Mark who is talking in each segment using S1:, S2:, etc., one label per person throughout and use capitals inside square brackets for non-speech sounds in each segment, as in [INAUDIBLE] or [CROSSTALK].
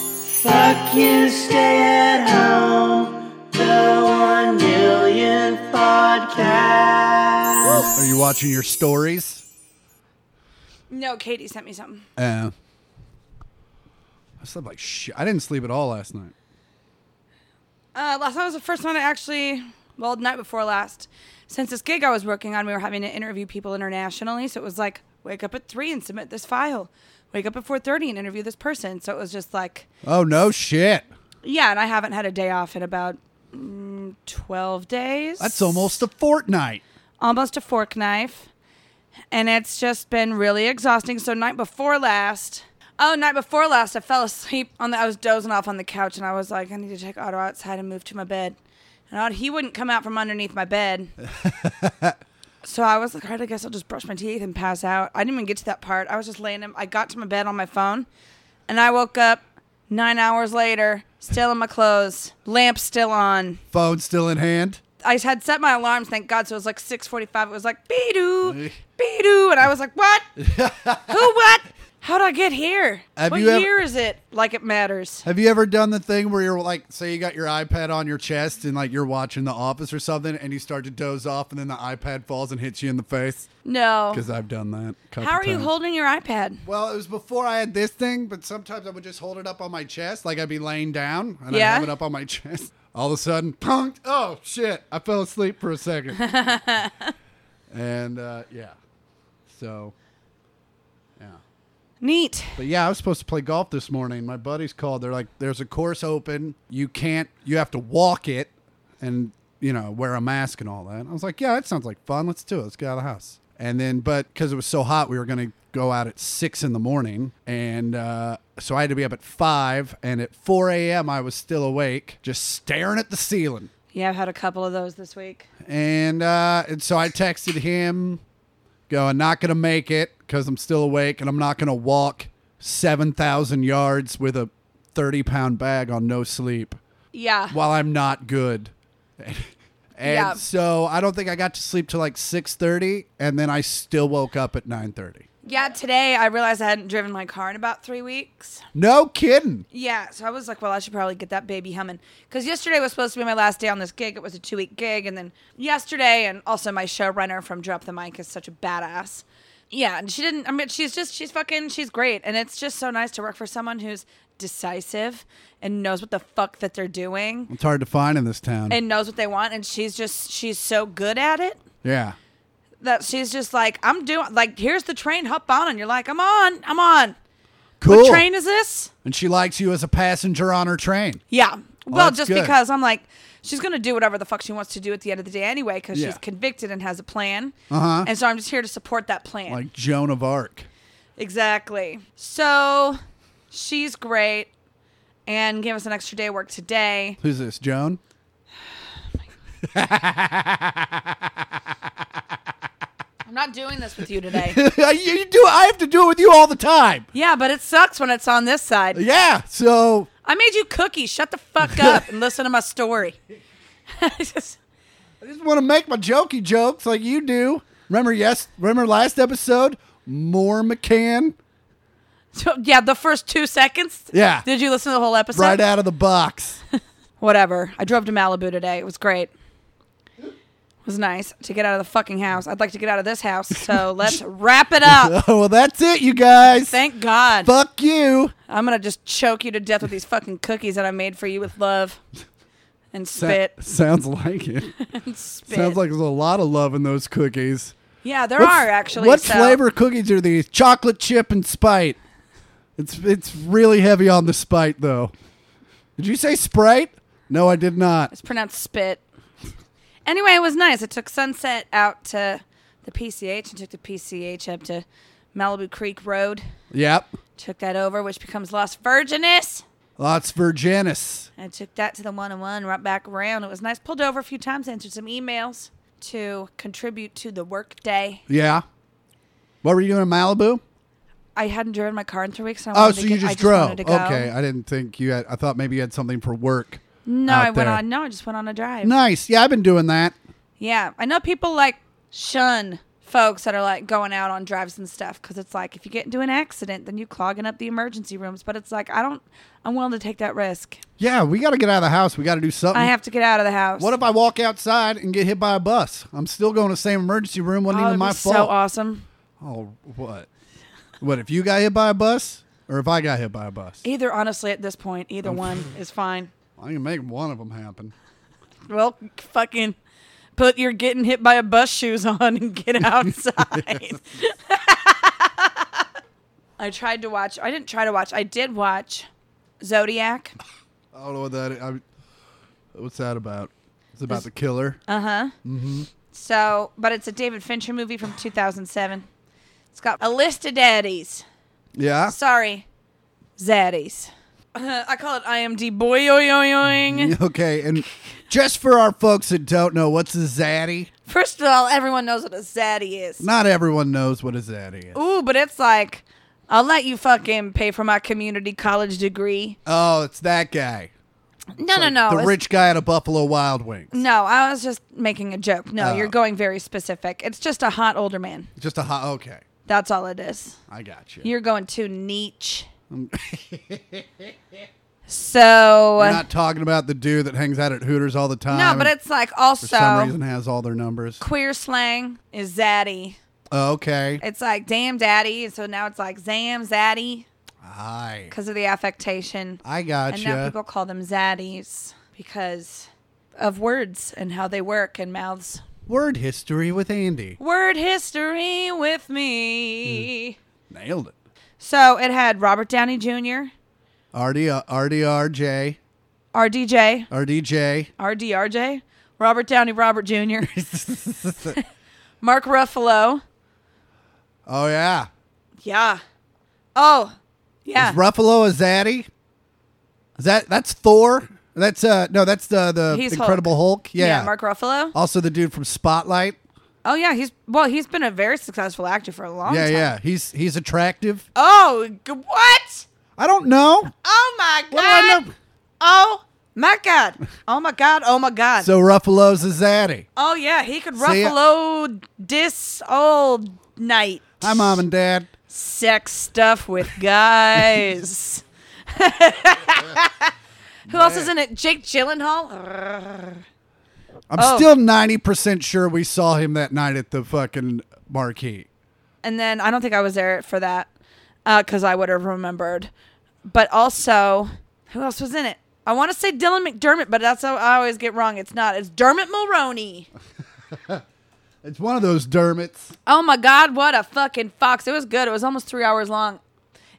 S1: Fuck you, stay at home. The one million podcast.
S2: Are you watching your stories?
S3: No, Katie sent me something.
S2: Uh, I slept like shit. I didn't sleep at all last night.
S3: Uh, last night was the first one I actually, well, the night before last. Since this gig I was working on, we were having to interview people internationally, so it was like wake up at three and submit this file, wake up at four thirty and interview this person. So it was just like,
S2: Oh no, shit!
S3: yeah, and I haven't had a day off in about mm, twelve days.
S2: That's almost a fortnight.
S3: almost a fork knife, and it's just been really exhausting. So night before last, oh night before last, I fell asleep on the. I was dozing off on the couch, and I was like, I need to take Otto outside and move to my bed. And Otto, he wouldn't come out from underneath my bed. so I was like, all right, I guess I'll just brush my teeth and pass out. I didn't even get to that part. I was just laying. In, I got to my bed on my phone, and I woke up nine hours later, still in my clothes, lamp still on.
S2: Phone still in hand.
S3: I had set my alarms, thank God. So it was like 6:45. It was like
S2: [LAUGHS]
S3: beedoo, beedoo, and I was like, "What? Who? What? How did I get here?
S2: Have
S3: what
S2: you ever-
S3: year is it? Like it matters."
S2: Have you ever done the thing where you're like, say you got your iPad on your chest and like you're watching The Office or something, and you start to doze off, and then the iPad falls and hits you in the face?
S3: No.
S2: Because I've done that. a couple
S3: How are you
S2: times.
S3: holding your iPad?
S2: Well, it was before I had this thing, but sometimes I would just hold it up on my chest, like I'd be laying down, and I'd
S3: Yeah.
S2: have it up on my [LAUGHS] chest. All of a sudden, punk! Oh shit! I fell asleep for a second, and uh, yeah, so yeah,
S3: Neat.
S2: but yeah, I was supposed to play golf this morning. My buddies called. They're like, "There's a course open. You can't. You have to walk it, and you know, wear a mask and all that." I was like, "Yeah, that sounds like fun. Let's do it. Let's get out of the house." And then, but because it was so hot, we were gonna go out at six in the morning, and uh, so I had to be up at five. And at four a.m., I was still awake, just staring at the ceiling.
S3: Yeah, I've had a couple of those this week.
S2: And uh, and so I texted him, going, "Not gonna make it because I'm still awake, and I'm not gonna walk seven thousand yards with a thirty pound bag on no sleep
S3: Yeah.
S2: while I'm not good." [LAUGHS] and
S3: Yeah.
S2: so I don't think I got to sleep till like six thirty, and then I still woke up at nine thirty.
S3: Yeah. Today I realized I hadn't driven my car in about three weeks.
S2: No kidding.
S3: Yeah, so I was like, well, I should probably get that baby humming because yesterday was supposed to be my last day on this gig. It was a two week gig, and then yesterday, and also my showrunner from Drop the Mic is such a badass. Yeah, and she didn't. I mean, she's just she's fucking she's great, and it's just so nice to work for someone who's decisive and knows what the fuck that they're doing
S2: It's hard to find in this town.
S3: and knows what they want, and she's just she's so good at it
S2: yeah.
S3: that she's just like, I'm doing like here's the train, hop on, and you're like, I'm on, I'm on.
S2: Cool.
S3: What train is this?
S2: and she likes you as a passenger on her train.
S3: Yeah. Well,
S2: Oh, that's
S3: just
S2: good.
S3: because I'm like, she's going to do whatever the fuck she wants to do at the end of the day anyway, because
S2: Yeah.
S3: she's convicted and has a plan.
S2: Uh-huh.
S3: And so I'm just here to support that plan.
S2: Like Joan of Arc.
S3: exactly. So she's great and gave us an extra day of work today.
S2: Who's this, Joan?
S3: I'm not doing this with you today.
S2: [LAUGHS] you you do. I have to do it with you all the time.
S3: yeah, but it sucks when it's on this side.
S2: Yeah. So
S3: I made you cookies. Shut
S2: [LAUGHS]
S3: the fuck up and listen to my story. [LAUGHS] I just-
S2: I just want to make my jokey jokes like you do. Remember? Yes. Remember last episode? More McCann
S3: so, yeah, the first two seconds.
S2: Yeah.
S3: Did you listen to the whole episode?
S2: right out of the box. [LAUGHS]
S3: whatever. I drove to Malibu today. It was great. It was nice to get out of the fucking house. I'd like to get out of this house.
S2: [LAUGHS]
S3: So let's wrap it up.
S2: Oh, well, that's it, you guys.
S3: Thank God.
S2: Fuck you.
S3: I'm going to just choke you to death with these fucking cookies that I made for you with love and spit.
S2: Sa- sounds like it.
S3: spit.
S2: sounds like there's a lot of love in those cookies.
S3: yeah, there
S2: What f-
S3: are actually.
S2: What
S3: so-
S2: flavor cookies are these? Chocolate chip and spite. It's it's really heavy on the spite though. Did you say sprite? No, I did not.
S3: It's pronounced spit. Anyway, it was nice. I took Sunset out to the PCH and took the PCH up to Malibu Creek Road.
S2: Yep.
S3: Took that over, which becomes Las Virgenes.
S2: Lots Virginis.
S3: I took that to the one on one, right back around. It was nice. Pulled over a few times, answered some emails to contribute to the work day.
S2: Yeah. What were you doing in Malibu?
S3: I hadn't driven my car in three weeks. And I
S2: Oh,
S3: wanted
S2: so
S3: to
S2: you
S3: get- Oh, I
S2: just drove.
S3: wanted to go.
S2: Okay, I didn't think you had. I thought maybe you had something for work.
S3: No,
S2: out
S3: I went
S2: there.
S3: on. No, I just went on a drive.
S2: Nice. Yeah, I've been doing that.
S3: Yeah, I know people like shun folks that are like going out on drives and stuff because it's like if you get into an accident, then you clogging up the emergency rooms. But it's like I don't, I'm willing to take that risk.
S2: Yeah, we got to get out of the house. We got to do something.
S3: I have to get out of the house.
S2: Mm. what if I walk outside and get hit by a bus? I'm still going to the same emergency room. Wasn't
S3: oh,
S2: even
S3: it'd
S2: my
S3: be
S2: fault.
S3: so awesome.
S2: Oh, what? What if you got hit by a bus, or if I got hit by a bus?
S3: Either honestly, at this point, either
S2: Um,
S3: one is fine.
S2: I can make one of them happen.
S3: Well, fucking put your getting hit by a bus shoes [LAUGHS] on and get outside. [LAUGHS] I tried to watch. I didn't try to watch. I did watch Zodiac.
S2: I don't know what that. I, what's that about? It's about the killer.
S3: Uh huh. Mm-hmm. So, but it's a David Fincher movie from 2007. It's got a list of daddies.
S2: yeah.
S3: Sorry, zaddies. [LAUGHS] I call it IMD
S2: [LAUGHS]
S3: boyoyoyoing.
S2: Okay, and just for our folks that don't know, what's a zaddy?
S3: First of all, everyone knows what a zaddy is.
S2: Not everyone knows what a zaddy is.
S3: Ooh, but it's like, I'll let you fucking pay for my community college degree.
S2: Oh, it's that guy.
S3: No, no, no.
S2: the
S3: it's-
S2: rich guy at a Buffalo Wild Wings.
S3: No, I was just making a joke. No,
S2: Oh.
S3: you're going very specific. It's just a hot older man.
S2: Just a hot. Okay,
S3: That's all it is.
S2: I got you.
S3: You're going too niche.
S2: Um,
S3: [LAUGHS] so uh,
S2: We're not talking about the dude that hangs out at Hooters all the time.
S3: no, but
S2: and
S3: it's like
S2: for some
S3: also
S2: reason has all their numbers.
S3: queer slang is zaddy.
S2: Okay.
S3: It's like damn daddy, and so now it's like zam zaddy
S2: Hi.
S3: because of the affectation,
S2: I got
S3: and
S2: you.
S3: now people call them zaddies because of words and how they work in mouths.
S2: Word history with Andy.
S3: Word history with me.
S2: Hmm. Nailed it.
S3: So it had Robert Downey Jr.,
S2: RD, RDRJ,
S3: RDJ,
S2: RDJ.
S3: RDRJ, Robert Downey Robert Jr.,
S2: [LAUGHS]
S3: Mark Ruffalo.
S2: Oh, yeah.
S3: Yeah. Oh, yeah.
S2: Is Ruffalo a zaddy? Is that that's Thor? That's uh no, that's the the
S3: He's
S2: Incredible Hulk. Yeah. Oh.
S3: Mark Ruffalo.
S2: also the dude from Spotlight.
S3: Oh, yeah. He's, well, he's been a very successful actor for a long
S2: yeah,
S3: time.
S2: yeah. He's he's attractive.
S3: Oh, g- what?
S2: I don't know.
S3: Oh, my God.
S2: What do I know?
S3: Oh, my God. Oh, my God. Oh, my God.
S2: So Ruffalo's a zaddy.
S3: oh, yeah. He could
S2: See ya.
S3: Ruffalo dis all night.
S2: Hi, mom and dad.
S3: sex stuff with guys. Who else is in it? Jake Gyllenhaal.
S2: I'm
S3: Oh.
S2: still ninety percent sure we saw him that night at the fucking marquee.
S3: And then I don't think I was there for that because I would have remembered. But also, who else was in it? I want to say Dylan McDermott, but that's how I always get wrong. It's not. It's Dermot Mulroney.
S2: It's one of those Dermots.
S3: Oh my God, what a fucking fox. It was good. It was almost three hours long.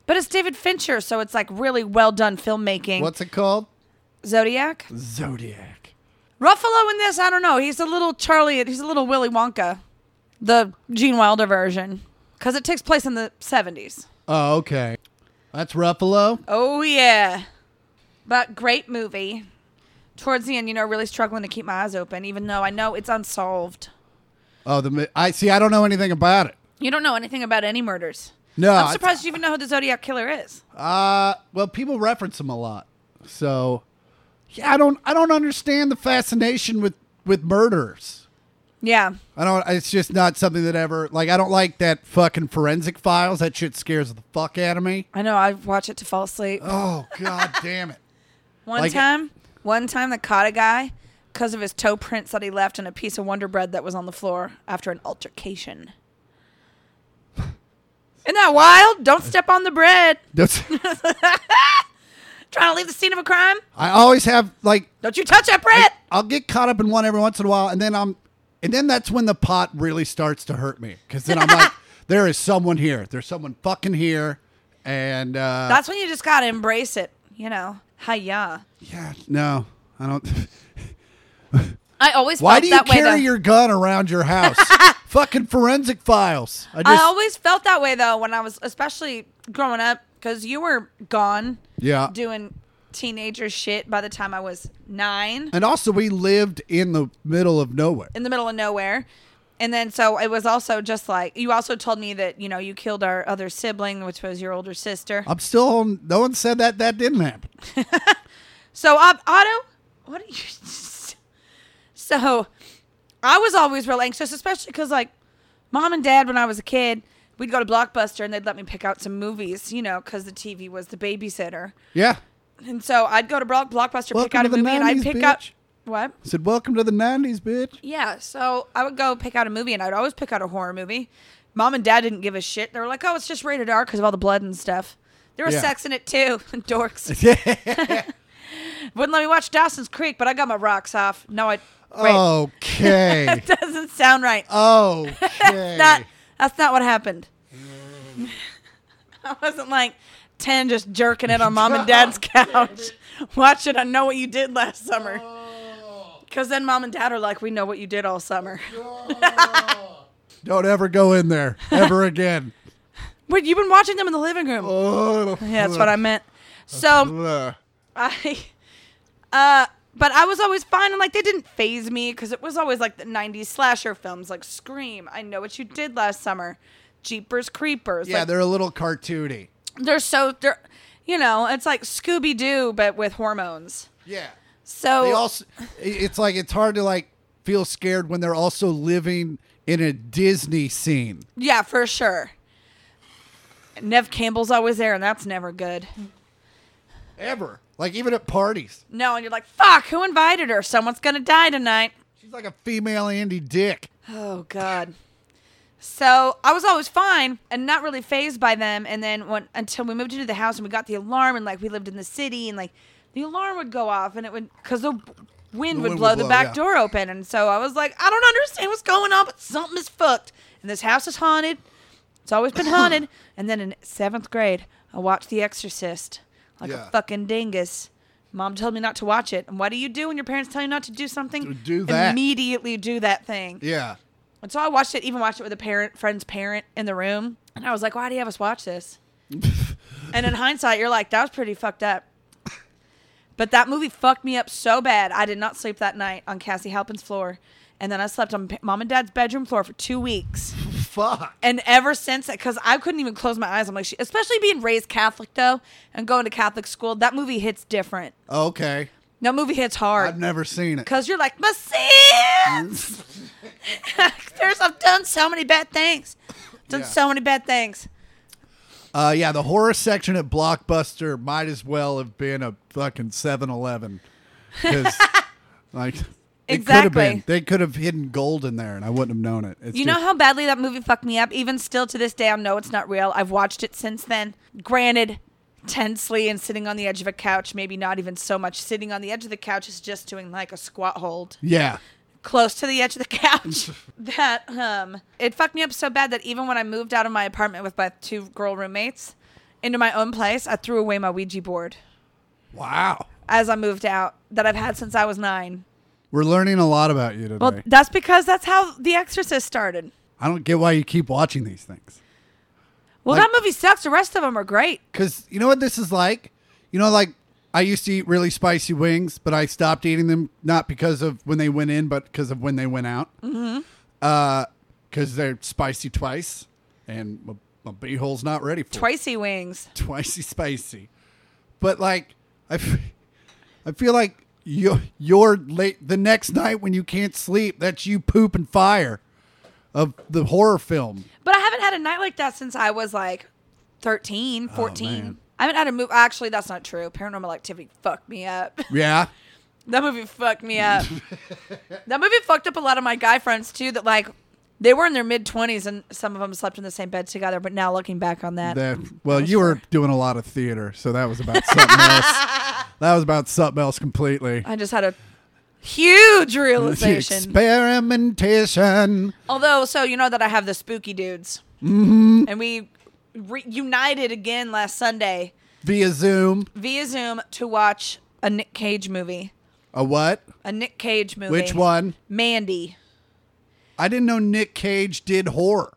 S3: But it's David Fincher, so it's like really well done filmmaking.
S2: What's it called?
S3: Zodiac?
S2: Zodiac.
S3: Ruffalo in this, I don't know. He's a little Charlie. He's a little Willy Wonka, the Gene Wilder version, because it takes place in the seventies.
S2: Oh, okay. That's Ruffalo.
S3: Oh yeah, but great movie. Towards the end, you know, really struggling to keep my eyes open, even though I know it's unsolved.
S2: Oh, the mi- I see. I don't know anything about it.
S3: You don't know anything about any murders.
S2: No,
S3: I'm
S2: I-
S3: surprised you even know who the Zodiac killer is.
S2: Uh, well, people reference him a lot, so yeah, I don't. I don't understand the fascination with with murders.
S3: Yeah,
S2: I don't. It's just not something that ever like. I don't like that fucking forensic files. That shit scares the fuck out of me.
S3: I know. I watch it to fall asleep.
S2: Oh god [LAUGHS] damn it!
S3: One
S2: Like-
S3: time, one time they caught a guy because of his toe prints that he left in a piece of Wonder Bread that was on the floor after an altercation. Isn't that wild? Don't step on the bread.
S2: That's-
S3: Trying to leave the scene of a crime?
S2: I always have like
S3: Don't you touch that bread.
S2: I'll get caught up in one every once in a while, and then I'm, and then that's when the pot really starts to hurt me because then I'm like, [LAUGHS] there is someone here. There's someone fucking here, and uh,
S3: That's when you just gotta embrace it. You know, hiya.
S2: yeah, no, I don't. [LAUGHS]
S3: I always
S2: Why
S3: felt
S2: do you
S3: that way.
S2: carry
S3: though.
S2: your gun around your
S3: [LAUGHS]
S2: house? fucking forensic files. I
S3: I
S2: just
S3: always felt that way though when I was, especially growing up, because you were gone
S2: yeah.
S3: doing teenager shit by the time I was nine.
S2: And also, we lived in the middle of nowhere.
S3: in the middle of nowhere. And then so it was also just like you also told me that you know you killed our other sibling, which was your older sister.
S2: I'm still on. No one said that that didn't happen.
S3: so um, Otto, what are you? [LAUGHS] so I was always real anxious, especially because like Mom and dad, when I was a kid, we'd go to Blockbuster and they'd let me pick out some movies, you know, because the TV was the babysitter.
S2: Yeah.
S3: And so I'd go to Block- Blockbuster, pick
S2: Welcome
S3: out
S2: to
S3: a
S2: the
S3: movie, and I'd
S2: 90s,
S3: pick out.
S2: bitch.
S3: What?
S2: I said, welcome to the 90s, bitch.
S3: Yeah, so I would go pick out a movie, and I'd always pick out a horror movie. Mom and Dad didn't give a shit. They were like, "Oh, it's just rated R because of all the blood and stuff." There was
S2: Yeah.
S3: sex in it too, [LAUGHS] dorks. Wouldn't let me watch Dawson's Creek, but I got my rocks off. No, I wait.
S2: Oh.
S3: [LAUGHS]
S2: Okay.
S3: That doesn't sound right.
S2: Oh. okay.
S3: That's not. That's not what happened. [LAUGHS] I wasn't like ten, just jerking it on Mom and Dad's couch. Watch it. I know what you did last summer. Because then Mom and Dad are like, "We know what you did all summer."
S2: Don't ever go in there
S3: [LAUGHS]
S2: ever again.
S3: Wait, you've been watching them in the living room.
S2: Oh,
S3: Yeah, that's what I meant. So
S2: Ugh.
S3: [LAUGHS] I, uh, but I was always fine, and like they didn't phase me because it was always like the '90s slasher films, like Scream. I know what you did last summer, Jeepers Creepers.
S2: Yeah,
S3: like,
S2: they're a little cartoony.
S3: they're so they're, you know, it's like Scooby Doo but with hormones.
S2: Yeah.
S3: So
S2: They also it's like it's hard to like feel scared when they're also living in a Disney scene.
S3: yeah, for sure. Nev Campbell's always there, and that's never good.
S2: Mm. Ever. Like even at parties.
S3: No, and you're like, fuck, who invited her? Someone's gonna die tonight.
S2: She's like a female Andy Dick.
S3: Oh God. So I was always fine and not really phased by them. And then when until we moved into the house and we got the alarm and like we lived in the city and like the alarm would go off and it would because the wind would
S2: wind
S3: blow
S2: would
S3: the
S2: blow,
S3: back
S2: yeah.
S3: door open. And so I was like, I don't understand what's going on, but something is fucked. And this house is haunted. It's
S2: [COUGHS]
S3: always been haunted. and then in seventh grade, I watched The Exorcist like
S2: Yeah.
S3: a fucking dingus. Mom told me not to watch it. And what do you do when your parents tell you not to do something?
S2: Do that.
S3: Immediately do that thing.
S2: Yeah.
S3: And so I watched it, even watched it with a parent, friend's parent in the room. And I was like, why do you have us watch this? and in hindsight, you're like, that was pretty fucked up. But that movie fucked me up so bad. I did not sleep that night on Cassie Halpin's floor. And then I slept on pa- mom and dad's bedroom floor for two weeks.
S2: Fuck.
S3: And ever since, because I couldn't even close my eyes. I'm like, she, especially being raised Catholic, though, and going to Catholic school, that movie hits different.
S2: Okay.
S3: That movie hits hard.
S2: I've never seen it.
S3: Cause you're like my sins. There's I've done so many bad things. Done
S2: Yeah.
S3: so many bad things.
S2: Uh yeah, the horror section at Blockbuster might as well have been a fucking 7-Eleven.
S3: [LAUGHS]
S2: 'Cause, like it could have
S3: Exactly.
S2: been. They could have hidden gold in there and I wouldn't have known it. It's
S3: You
S2: just-
S3: know how badly that movie fucked me up. Even still to this day, I know it's not real. I've watched it since then. Granted, tensely and sitting on the edge of a couch. Maybe not even so much sitting on the edge of the couch is just doing like a squat hold.
S2: Yeah.
S3: close to the edge of the couch that um it fucked me up so bad that even when I moved out of my apartment with my two girl roommates into my own place, I threw away my Ouija board
S2: Wow.
S3: as I moved out that I've had since I was 9.
S2: We're learning a lot about you today.
S3: Well, that's because that's how The Exorcist started.
S2: I don't get why you keep watching these things.
S3: Well,
S2: Like-
S3: that movie sucks. The rest of them are great.
S2: Because you know what this is like? You know, like I used to eat really spicy wings, but I stopped eating them not because of when they went in, but because of when they went out. Mm-hmm. Because they're spicy twice, and my, my beehole's not ready for it. [LAUGHS]
S3: Twicey wings.
S2: Twicey spicy. But like, I, f- I feel like you, you're late the next night when you can't sleep. That's you pooping fire of the horror film.
S3: But I haven't had a night like that since I was like 13, 14.
S2: Oh, man.
S3: I haven't had a movie. Actually, that's not true. Paranormal Activity fucked me up. [LAUGHS]
S2: Yeah.
S3: That movie fucked
S2: [LAUGHS]
S3: me up. that movie fucked up a lot of my guy friends too. That like they were in their mid twenties and some of them slept in the same bed together. But now looking back on that,
S2: That well, you were doing a lot of theater, so that was about something
S3: [LAUGHS]
S2: else. That was about something else completely.
S3: I just had a
S2: [LAUGHS]
S3: huge realization.
S2: Experimentation.
S3: Although, so you know that I have the spooky dudes, mm-hmm. and we reunited again last Sunday
S2: Via Zoom.
S3: via Zoom to watch a Nick Cage movie.
S2: A what?
S3: A Nick Cage movie.
S2: Which one?
S3: Mandy.
S2: I didn't know Nick Cage did horror.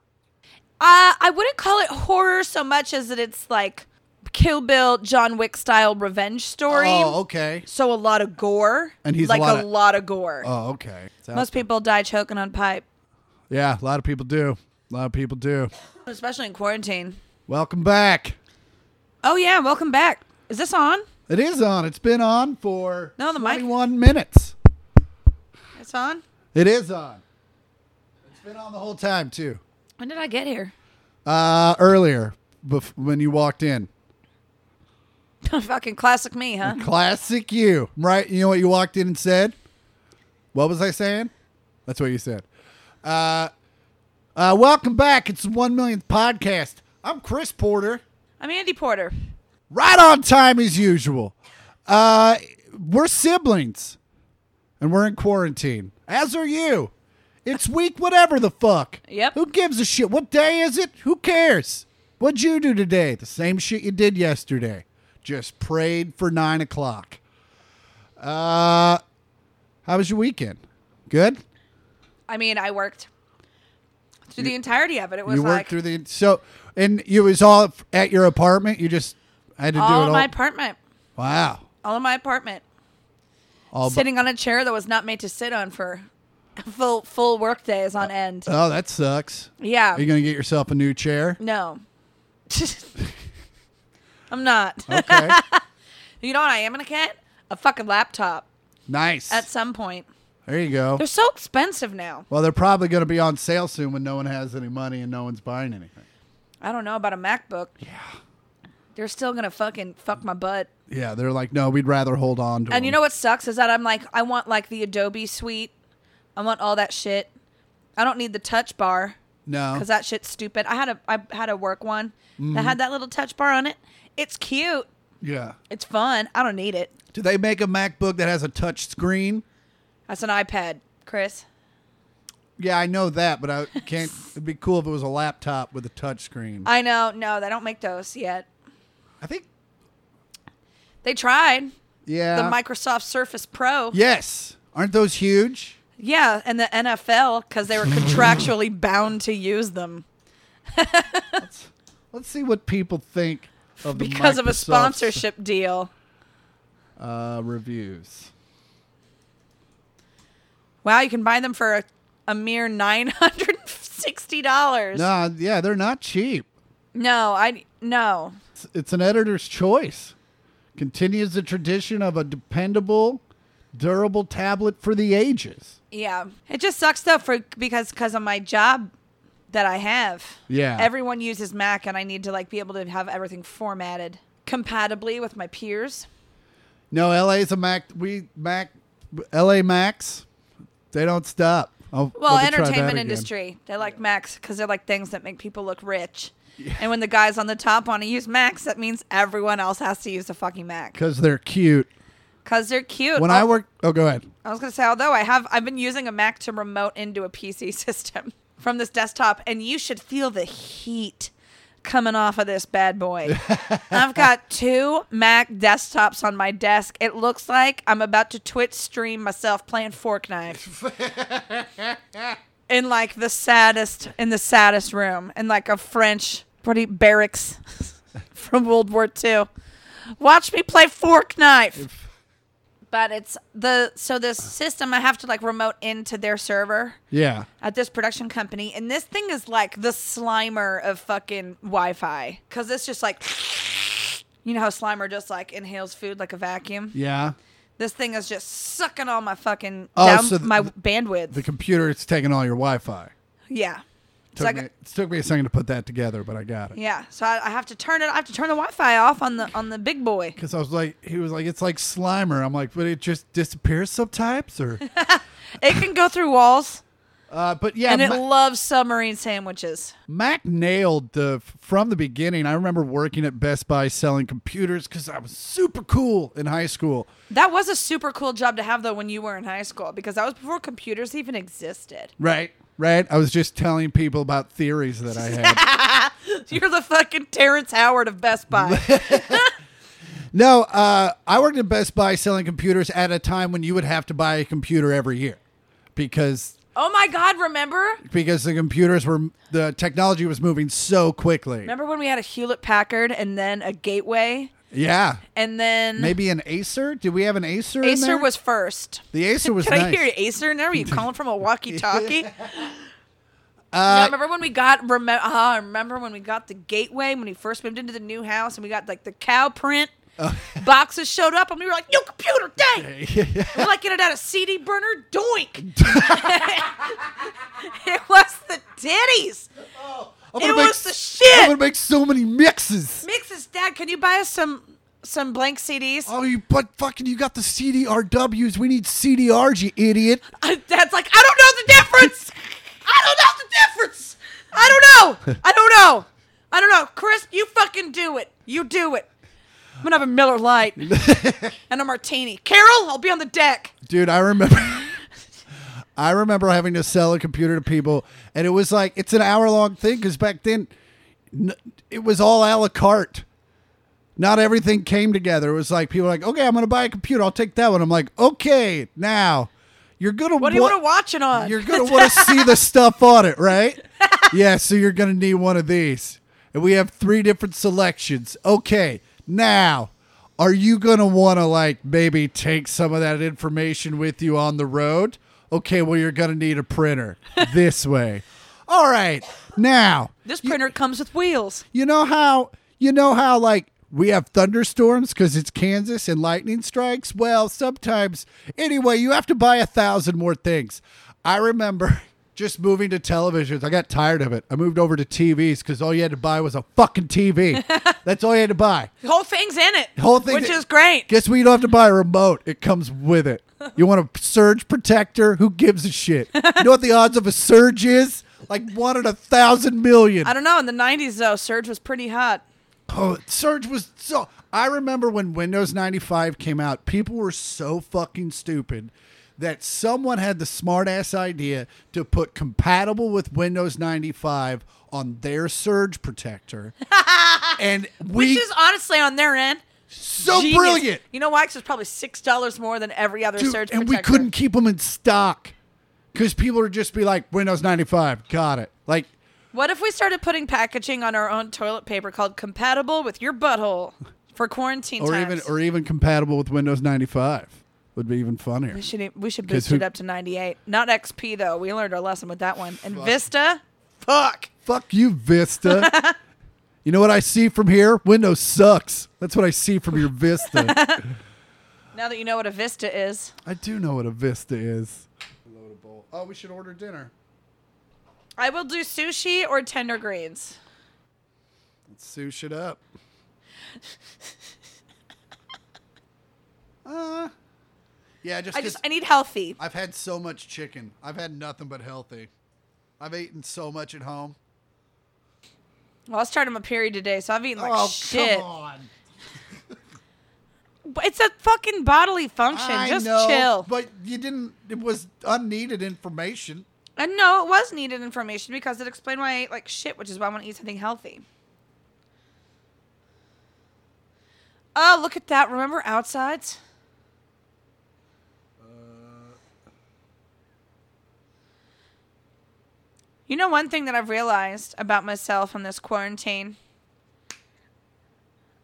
S3: Uh, I wouldn't call it horror so much as that it's like Kill Bill, John Wick style revenge story.
S2: Oh, okay.
S3: So a lot of gore.
S2: And he's a
S3: like
S2: lot of-
S3: gore.
S2: Oh, okay. So-
S3: Most people die choking on pipe,
S2: yeah, a lot of people do. A lot of people do.
S3: especially in quarantine.
S2: Welcome back.
S3: Oh yeah, welcome back. Is this on?
S2: It is on. It's been on for
S3: No, the mic-
S2: 21 minutes.
S3: It's on.
S2: It is on. It's been on the whole time too.
S3: When did I get here?
S2: Uh, earlier, bef- when you walked in,
S3: [LAUGHS] Fucking classic
S2: [LAUGHS]
S3: me, huh?
S2: classic you, right? You know what you walked in and said? What was I saying? That's what you said. Uh, uh, welcome back. It's the one millionth podcast. I'm Chris Porter.
S3: I'm Andy Porter.
S2: right on time as usual. Uh, we're siblings, and we're in quarantine. As are you. It's week, whatever the fuck.
S3: Yep.
S2: Who gives a shit? What day is it? Who cares? What'd you do today? The same shit you did yesterday. Just prayed for nine o'clock. Uh, how was your weekend? Good.
S3: I mean, I worked through the entirety of it. It was
S2: You worked
S3: like
S2: through the so, and you was all at your apartment. You just had to do it
S3: all
S2: all.
S3: in my apartment.
S2: wow.
S3: All in my apartment.
S2: All by-
S3: sitting on a chair that was not made to sit on for [LAUGHS] full full work days on end.
S2: Oh, that sucks.
S3: yeah.
S2: Are you gonna get yourself a new
S3: [LAUGHS]
S2: chair?
S3: no. I'm not.
S2: Okay.
S3: [LAUGHS] you know what I am gonna get? A fucking laptop
S2: nice.
S3: at some point.
S2: there you go.
S3: They're so expensive now.
S2: Well, they're probably gonna be on sale soon when no one has any money and no one's buying anything.
S3: I don't know about a MacBook. Yeah. They're still gonna fucking fuck my butt.
S2: Yeah, they're like, no, we'd rather hold on to.
S3: And you
S2: them."
S3: know what sucks is that I'm like, I want like the Adobe suite. I want all that shit. I don't need the touch bar
S2: no,
S3: because that shit's stupid. I had a I had a work one
S2: Mm.
S3: that had that little touch bar on it. It's cute.
S2: yeah.
S3: It's fun. I don't need it.
S2: Do they make a MacBook that has a touch screen?
S3: That's an iPad, Chris.
S2: Yeah, I know that, but I
S3: [LAUGHS]
S2: can't. it'd be cool if it was a laptop with a touch screen. I,
S3: I know. No, they don't make those yet.
S2: think.
S3: They tried
S2: Yeah.
S3: the Microsoft Surface Pro.
S2: Yes. Aren't those huge?
S3: Yeah, and the NFL because
S2: [LAUGHS]
S3: they were contractually bound to use them
S2: Let's see what people think of the
S3: because of a
S2: Microsoft
S3: sponsorship deal.
S2: uh, reviews.
S3: Wow, you can buy them for a, a mere nine hundred sixty dollars.
S2: Nah, yeah, they're not cheap.
S3: No, I no.
S2: It's, it's an editor's choice. Continues the tradition of a dependable, durable tablet for the ages.
S3: Yeah, it just sucks though for because because of my job that I have.
S2: Yeah.
S3: everyone uses Mac, and I need to like be able to have everything formatted compatibly with my peers.
S2: No, LA's a Mac. We Mac, LA Macs. They don't stop. I'll,
S3: Well,
S2: we'll try that
S3: entertainment
S2: again.
S3: industry they like Macs because they're like things that make people look rich. And when the guys on the top want to use Macs, that means everyone else has to use a fucking Mac
S2: Because they're cute.
S3: because they're cute.
S2: When I
S3: Al-
S2: work, oh, go ahead.
S3: I was gonna say, although I have, I've been using a Mac to remote into a PC [LAUGHS] system from this desktop, and you should feel the heat coming off of this bad boy. I've got two Mac desktops on my desk. It looks like I'm about to Twitch stream myself playing Fork Knife. in like the saddest, in the saddest room, in like a French what do you- barracks [LAUGHS] from World War II. Watch me play Fork Knife but it's the so this system I have to like remote into their server
S2: Yeah.
S3: at this production company, and this thing is like the Slimer of fucking Wi-Fi because it's just like you know how Slimer just like inhales food like a vacuum.
S2: Yeah.
S3: This thing is just sucking all my fucking
S2: Oh,
S3: down
S2: so th-
S3: my
S2: th-
S3: bandwidth.
S2: The computer, it's taking all your Wi Fi.
S3: yeah, it's
S2: Took,
S3: like
S2: me- it took me a second to put that together, but I got it.
S3: yeah. So I, I have to turn it. I have to turn the Wi-Fi off on the on the big boy.
S2: Because I was like, he was like, it's like Slimer. I'm like, but it just disappears sometimes?
S3: [LAUGHS]
S2: Or,
S3: It can go through walls,
S2: uh, but yeah.
S3: and it
S2: Ma-
S3: loves submarine sandwiches.
S2: Mac nailed the from the beginning. I remember working at Best Buy selling computers because I was super cool in high school.
S3: That was a super cool job to have though when you were in high school because that was before computers even existed. [LAUGHS]
S2: Right. Right. I was just telling people about theories that I
S3: [LAUGHS]
S2: had.
S3: You're the fucking Terrence Howard of Best Buy.
S2: [LAUGHS] no, uh, I worked at Best Buy selling computers at a time when you would have to buy a computer every year because
S3: oh my god, remember?
S2: because the computers were the technology was moving so quickly.
S3: Remember when we had a Hewlett Packard and then a Gateway
S2: Yeah.
S3: and then
S2: Maybe an Acer? Did we have an Acer? in
S3: Mm. Acer
S2: there?
S3: was first.
S2: the
S3: [LAUGHS]
S2: Acer was
S3: Can
S2: nice.
S3: I
S2: [LAUGHS]
S3: hear Acer now? Are you calling from a walkie-talkie? yeah, remember when we got ah, remember? Uh, remember when we got the Gateway when we first moved into the new house and we got like the cow print
S2: Oh.
S3: Boxes showed up, and we were like, "New computer, dang!" We're like, "Get it out of CD burner, doink!" [LAUGHS] it was the titties.
S2: I'm
S3: It
S2: gonna make
S3: was the
S2: s-
S3: shit.
S2: I'm gonna make so many mixes.
S3: Mixes, Dad, can you buy us some some blank CDs?
S2: Oh, you but fucking you got the CDRWs. We need CDRs, you idiot.
S3: Uh, Dad's like, I don't know the difference. I don't know the difference. I don't know. I don't know. I don't know. Chris, you fucking do it. You do it. I'm gonna have a
S2: [LAUGHS]
S3: Miller Light and a martini. Carol, I'll be on the deck.
S2: Dude, I remember [LAUGHS] I remember having to sell a computer to people and it was like it's an hour long thing cuz back then n- it was all a la carte. Not everything came together. It was like people were like, "Okay, I'm going to buy a computer. I'll take that one." I'm like, "Okay, now you're going to
S3: What do you want to watch it on?
S2: You're gonna want to see the stuff on it, right? yeah, so you're gonna need one of these. And we have three different selections. Okay, now are you gonna wanna like maybe take some of that information with you on the road? Okay, well you're gonna need a printer this way. All right, now
S3: this printer comes with wheels.
S2: you know how you know how like we have thunderstorms because it's Kansas and lightning strikes. Well, sometimes anyway, you have to buy a thousand more things. I remember [LAUGHS] just moving to televisions. I got tired of it. I moved over to TVs because all you had to buy was a fucking
S3: [LAUGHS]
S2: TV. That's all you had to buy.
S3: The whole thing's in it.
S2: The whole thing,
S3: which is great.
S2: Guess what? You don't have to buy a remote. It comes with it. You want a surge protector? Who gives a shit? You know what the odds of a surge is? Like one in a thousand million.
S3: I don't know. In the '90s, though, Surge was pretty hot.
S2: Oh, Surge was so. I remember when Windows 95 came out, people were so fucking stupid that someone had the smart ass idea to put compatible with Windows 95 on their Surge
S3: [LAUGHS]
S2: protector. and we.
S3: Which is honestly on their end.
S2: so
S3: genius.
S2: brilliant.
S3: You know why? Because it's probably six dollars more than every other
S2: Dude,
S3: Surge
S2: and
S3: protector.
S2: we couldn't keep them in stock because people would just be like, Windows 95, got it. Like,
S3: What if we started putting packaging on our own toilet paper called compatible with your butthole for quarantine
S2: or
S3: times?
S2: even, or even compatible with Windows 95 would be even funnier.
S3: we should e, we should
S2: 'Cause
S3: boost it
S2: who-
S3: up to 98. Not XP though. We learned our lesson with that one. And Vista, fuck.
S2: Fuck you, [LAUGHS] Vista. you know what I see from here? Windows sucks. That's what I see from your [LAUGHS] Vista.
S3: Now that you know what a Vista is,
S2: I do know what a Vista is. Oh, we should order dinner.
S3: I will do sushi or tender greens.
S2: Let's sush it up. [LAUGHS] uh, yeah, just
S3: I
S2: 'cause
S3: just I need healthy.
S2: I've had so much chicken. I've had nothing but healthy. I've eaten so much at home.
S3: Well, I started my period today, so I've eaten like
S2: oh,
S3: shit.
S2: come on.
S3: But It's a fucking bodily function.
S2: I
S3: just
S2: know,
S3: chill.
S2: But you didn't, it was unneeded information.
S3: And no, it was needed information because it explained why I ate like shit, which is why I want to eat something healthy. Oh, look at that. Remember outsides? You know, one thing that I've realized about myself in this quarantine,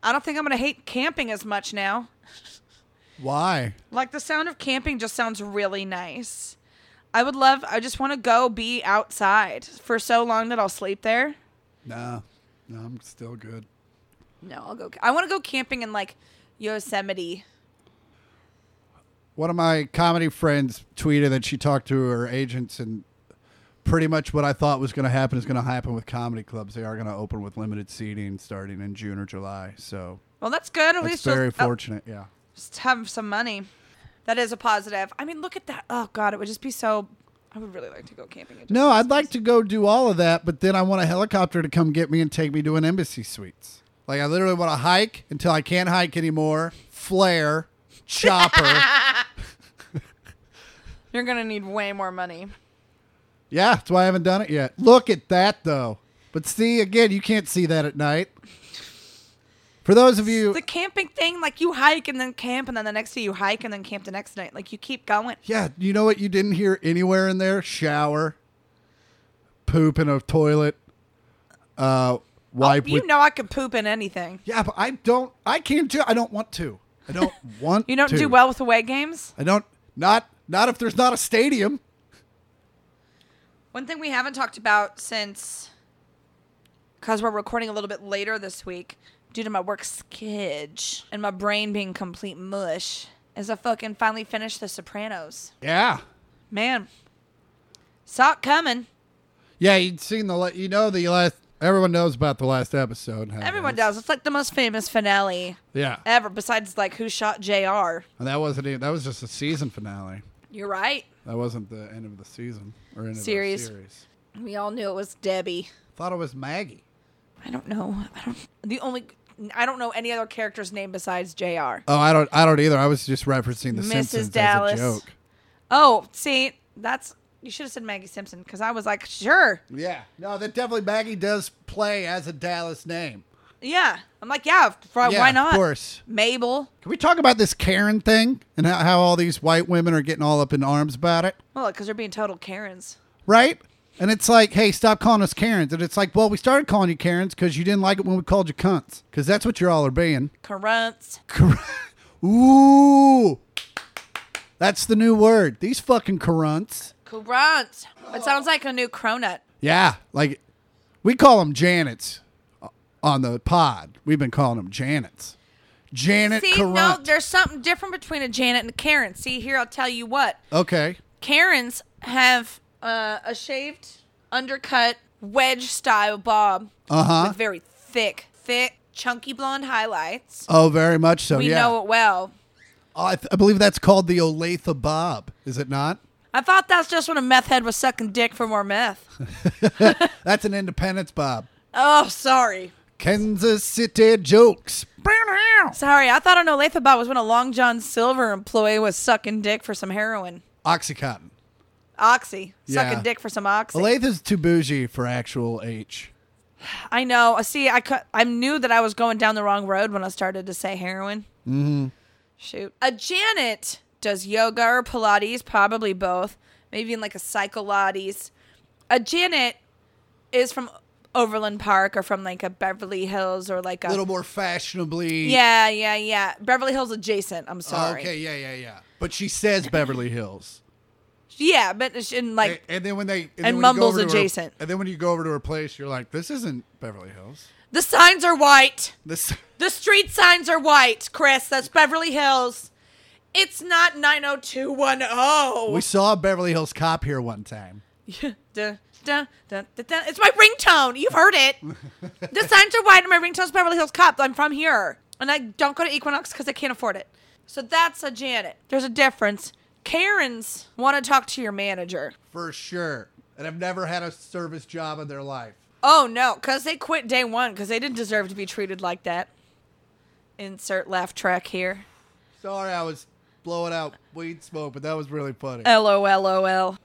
S3: I don't think I'm going to hate camping as much now.
S2: Why?
S3: Like the sound of camping just sounds really nice. I would love I just want to go be outside for so long that I'll sleep there.
S2: Nah, no, I'm still good.
S3: No, I'll go I want to go camping in like Yosemite.
S2: One of my comedy friends tweeted that she talked to her agents, and pretty much what I thought was going to happen is going to happen with comedy clubs. They are going to open with limited seating starting in June or July. So
S3: Well, that's good. At
S2: that's
S3: least
S2: very
S3: you'll oh,
S2: fortunate. Yeah.
S3: just have some money. That is a positive. I mean, look at that. Oh god, it would just be so I would really like to go camping. in
S2: No, I'd like to go do all of that, but then I want a helicopter to come get me and take me to an embassy suites. Like I literally want to hike until I can't hike anymore. Flare, chopper.
S3: You're going to need way more money.
S2: yeah, that's why I haven't done it yet. Look at that though. But see again, you can't see that at night. For those of you
S3: The camping thing like you hike and then camp and then the next day you hike and then camp the next night. Like you keep going.
S2: Yeah, you know what you didn't hear anywhere in there? Shower, poop in a toilet, uh, wipe
S3: Oh, You
S2: with.
S3: know I could poop in anything.
S2: yeah, but I don't. I can't do. I don't want to. I
S3: [LAUGHS]
S2: don't want.
S3: You don't
S2: to.
S3: do well with away games?
S2: I don't. Not not if there's not a stadium.
S3: One thing we haven't talked about since, because we're recording a little bit later this week, due to my work skidge and my brain being complete mush is I fucking finally finished The Sopranos.
S2: Yeah.
S3: Man, saw it coming.
S2: Yeah, you'd seen the la- you know the last everyone knows about the last episode. how it
S3: Everyone
S2: is.
S3: does. It's like the most famous finale
S2: Yeah.
S3: ever, besides like who shot JR.
S2: And that wasn't even, that was just a season finale.
S3: You're right.
S2: That wasn't the end of the season or end
S3: Series.
S2: of the series.
S3: We all knew it was Debbie.
S2: Thought it was Maggie.
S3: I don't know. I don't. The only I don't know any other character's name besides Jr.
S2: Oh, I don't I don't either. I was just referencing the
S3: Mrs.
S2: Simpsons
S3: Dallas.
S2: as a joke.
S3: Oh, see, that's you should have said Maggie Simpson because I was like, sure,
S2: Yeah. No, that definitely Maggie does play as a Dallas name.
S3: yeah. I'm like, yeah, fr-
S2: Yeah,
S3: why
S2: of
S3: not?
S2: course.
S3: Mabel.
S2: Can we talk about this Karen thing and how, how all these white women are getting all up in arms about it?
S3: Well, because they're being total Karens.
S2: Right? And it's like, hey, stop calling us Karens. And it's like, well, we started calling you Karens because you didn't like it when we called you cunts. Because that's what you're all are being.
S3: Karunts.
S2: Cor- [LAUGHS] Ooh. That's the new word. These fucking Karunts.
S3: Karunts. It sounds like a new cronut.
S2: Yeah. Like, we call them Janets uh, on the pod. We've been calling them Janets. Janet
S3: See, no,
S2: Karunt.
S3: there's something different between a Janet and a Karen. See, here, I'll tell you what.
S2: okay.
S3: Karens have uh, a shaved, undercut, wedge style bob
S2: Uh-huh.
S3: with very thick, thick, chunky blonde highlights.
S2: Oh, very much so.
S3: we
S2: yeah. Oh,
S3: know it well.
S2: I, th- I believe that's called the Olathe Bob. Is it not?
S3: I thought that's just when a meth head was sucking dick for more
S2: [LAUGHS]
S3: meth.
S2: That's an Independence Bob.
S3: Oh, sorry.
S2: Kansas City jokes.
S3: Sorry, I thought an Olathe Bob was when a Long John Silver employee was sucking dick for some heroin.
S2: Oxycontin.
S3: Oxy.
S2: Yeah.
S3: Sucking dick for some oxy.
S2: Olathe too bougie for actual H.
S3: I know. Uh, See, I cou- I knew that I was going down the wrong road when I started to say heroin. Mm-hmm. Shoot. A Janet does yoga or Pilates, probably both. Maybe even like a Psycholates. A Janet is from Overland Park or from like a Beverly Hills or like a
S2: A little more fashionably.
S3: yeah, yeah, yeah. Beverly Hills adjacent. I'm
S2: Oh,
S3: sorry.
S2: okay. Yeah. Yeah. Yeah. But she says Beverly Hills.
S3: Yeah, but it's in
S2: A-
S3: [LAUGHS] like
S2: And then when they and,
S3: And
S2: then when you go
S3: Mumbles
S2: over to her-
S3: adjacent.
S2: and then when you go over to her place, you're like, "This isn't Beverly Hills.
S3: the signs are white.
S2: This
S3: The street signs are white, Chris. That's Beverly Hills. It's not 90210.
S2: we saw a Beverly Hills cop here one time.
S3: [LAUGHS] Dun, dun, dun, dun, dun. It's my ringtone. You've
S2: [LAUGHS]
S3: heard it. the signs are white, and my ringtone's Beverly Hills Cop. I'm from here, and I don't go to Equinox because I can't afford it. So that's a Janet. There's a difference. Karens want to talk to your manager.
S2: for sure. And I've never had a service job in their life.
S3: Oh no, because they quit day one because they didn't deserve to be treated like that. Insert laugh track here.
S2: Sorry, I was blowing out weed smoke, but that was really funny.
S3: Oh. LOLOL.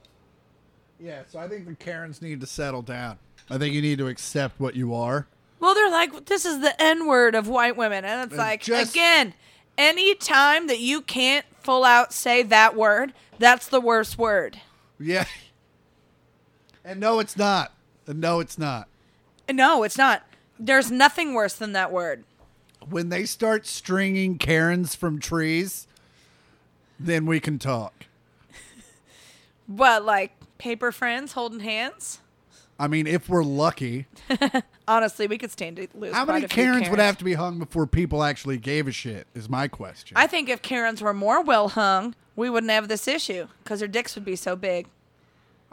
S2: yeah, so I think the Karens need to settle down. I think you need to accept what you are.
S3: Well, they're like, this is the N word of white women. And
S2: And
S3: it's like,
S2: just-
S3: again, any time that you can't full out say that word, that's the worst word.
S2: Yeah. [LAUGHS] And no, it's not. And no, it's not.
S3: No, it's not. There's nothing worse than that word.
S2: When they start stringing Karens from trees, then we can talk.
S3: But like paper friends holding hands.
S2: I mean, if we're lucky,
S3: Honestly, we could stand to lose.
S2: how
S3: quite
S2: many
S3: a few
S2: Karens, would have to be hung before people actually gave a shit? Is my question.
S3: I think if Karens were more well hung, we wouldn't have this issue because their dicks would be so big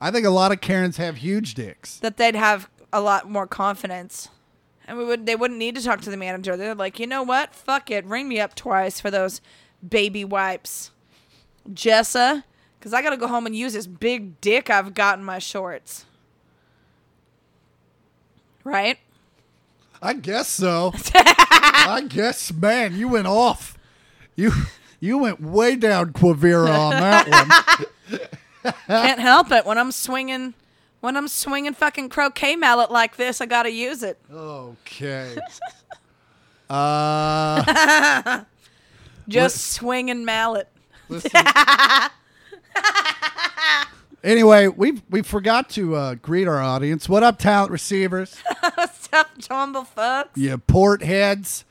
S2: I think a lot of Karens have huge dicks.
S3: that they'd have a lot more confidence, and we would they wouldn't need to talk to the manager. They're like, you know what? Fuck it, ring me up twice for those baby wipes, Jessa, because I gotta go home and use this big dick I've got in my shorts. Right?
S2: I guess
S3: [LAUGHS]
S2: so. I guess, man, you went off. You you went way down Quivira on that one.
S3: Can't help it when I'm swinging, when I'm swinging fucking croquet mallet like this. I gotta use it. [LAUGHS]
S2: Okay. Uh,
S3: Just swinging mallet.
S2: listen. [LAUGHS] Anyway, we we forgot to uh, greet our audience. What up, talent receivers?
S3: What's [LAUGHS] up, Jumbo Fucks?
S2: You port heads.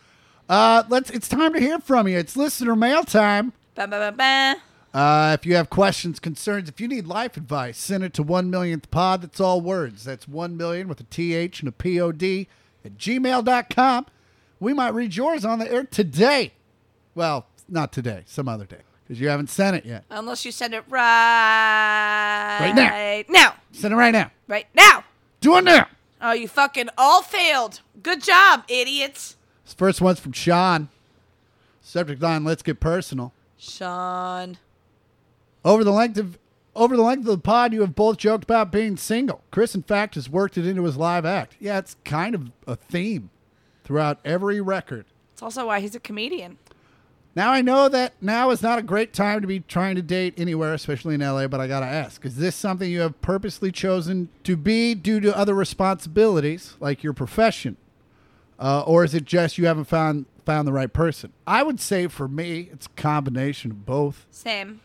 S2: Uh, let's. It's time to hear from you. It's listener mail time.
S3: Ba ba ba ba.
S2: Uh, if you have questions, concerns, if you need life advice, send it to 1 millionth pod. That's all words. That's 1 million with a TH and a POD at gmail.com. We might read yours on the air today. Well, not today, some other day, because you haven't sent it yet.
S3: Unless you send it right.
S2: Right now.
S3: Now.
S2: Send it right now.
S3: Right now.
S2: Do it now.
S3: Oh, you fucking all failed. Good job, idiots.
S2: This first one's from Sean. Subject line: Let's get personal.
S3: Sean.
S2: Over the length of over the length of the pod, you have both joked about being single. Chris, in fact, has worked it into his live act. Yeah, it's kind of a theme throughout every record.
S3: It's also why he's a comedian.
S2: Now I know that now is not a great time to be trying to date anywhere, especially in LA, but I gotta ask, is this something you have purposely chosen to be due to other responsibilities, like your profession? Uh, or is it just you haven't found found the right person? I would say for me, it's a combination of both.
S3: Same.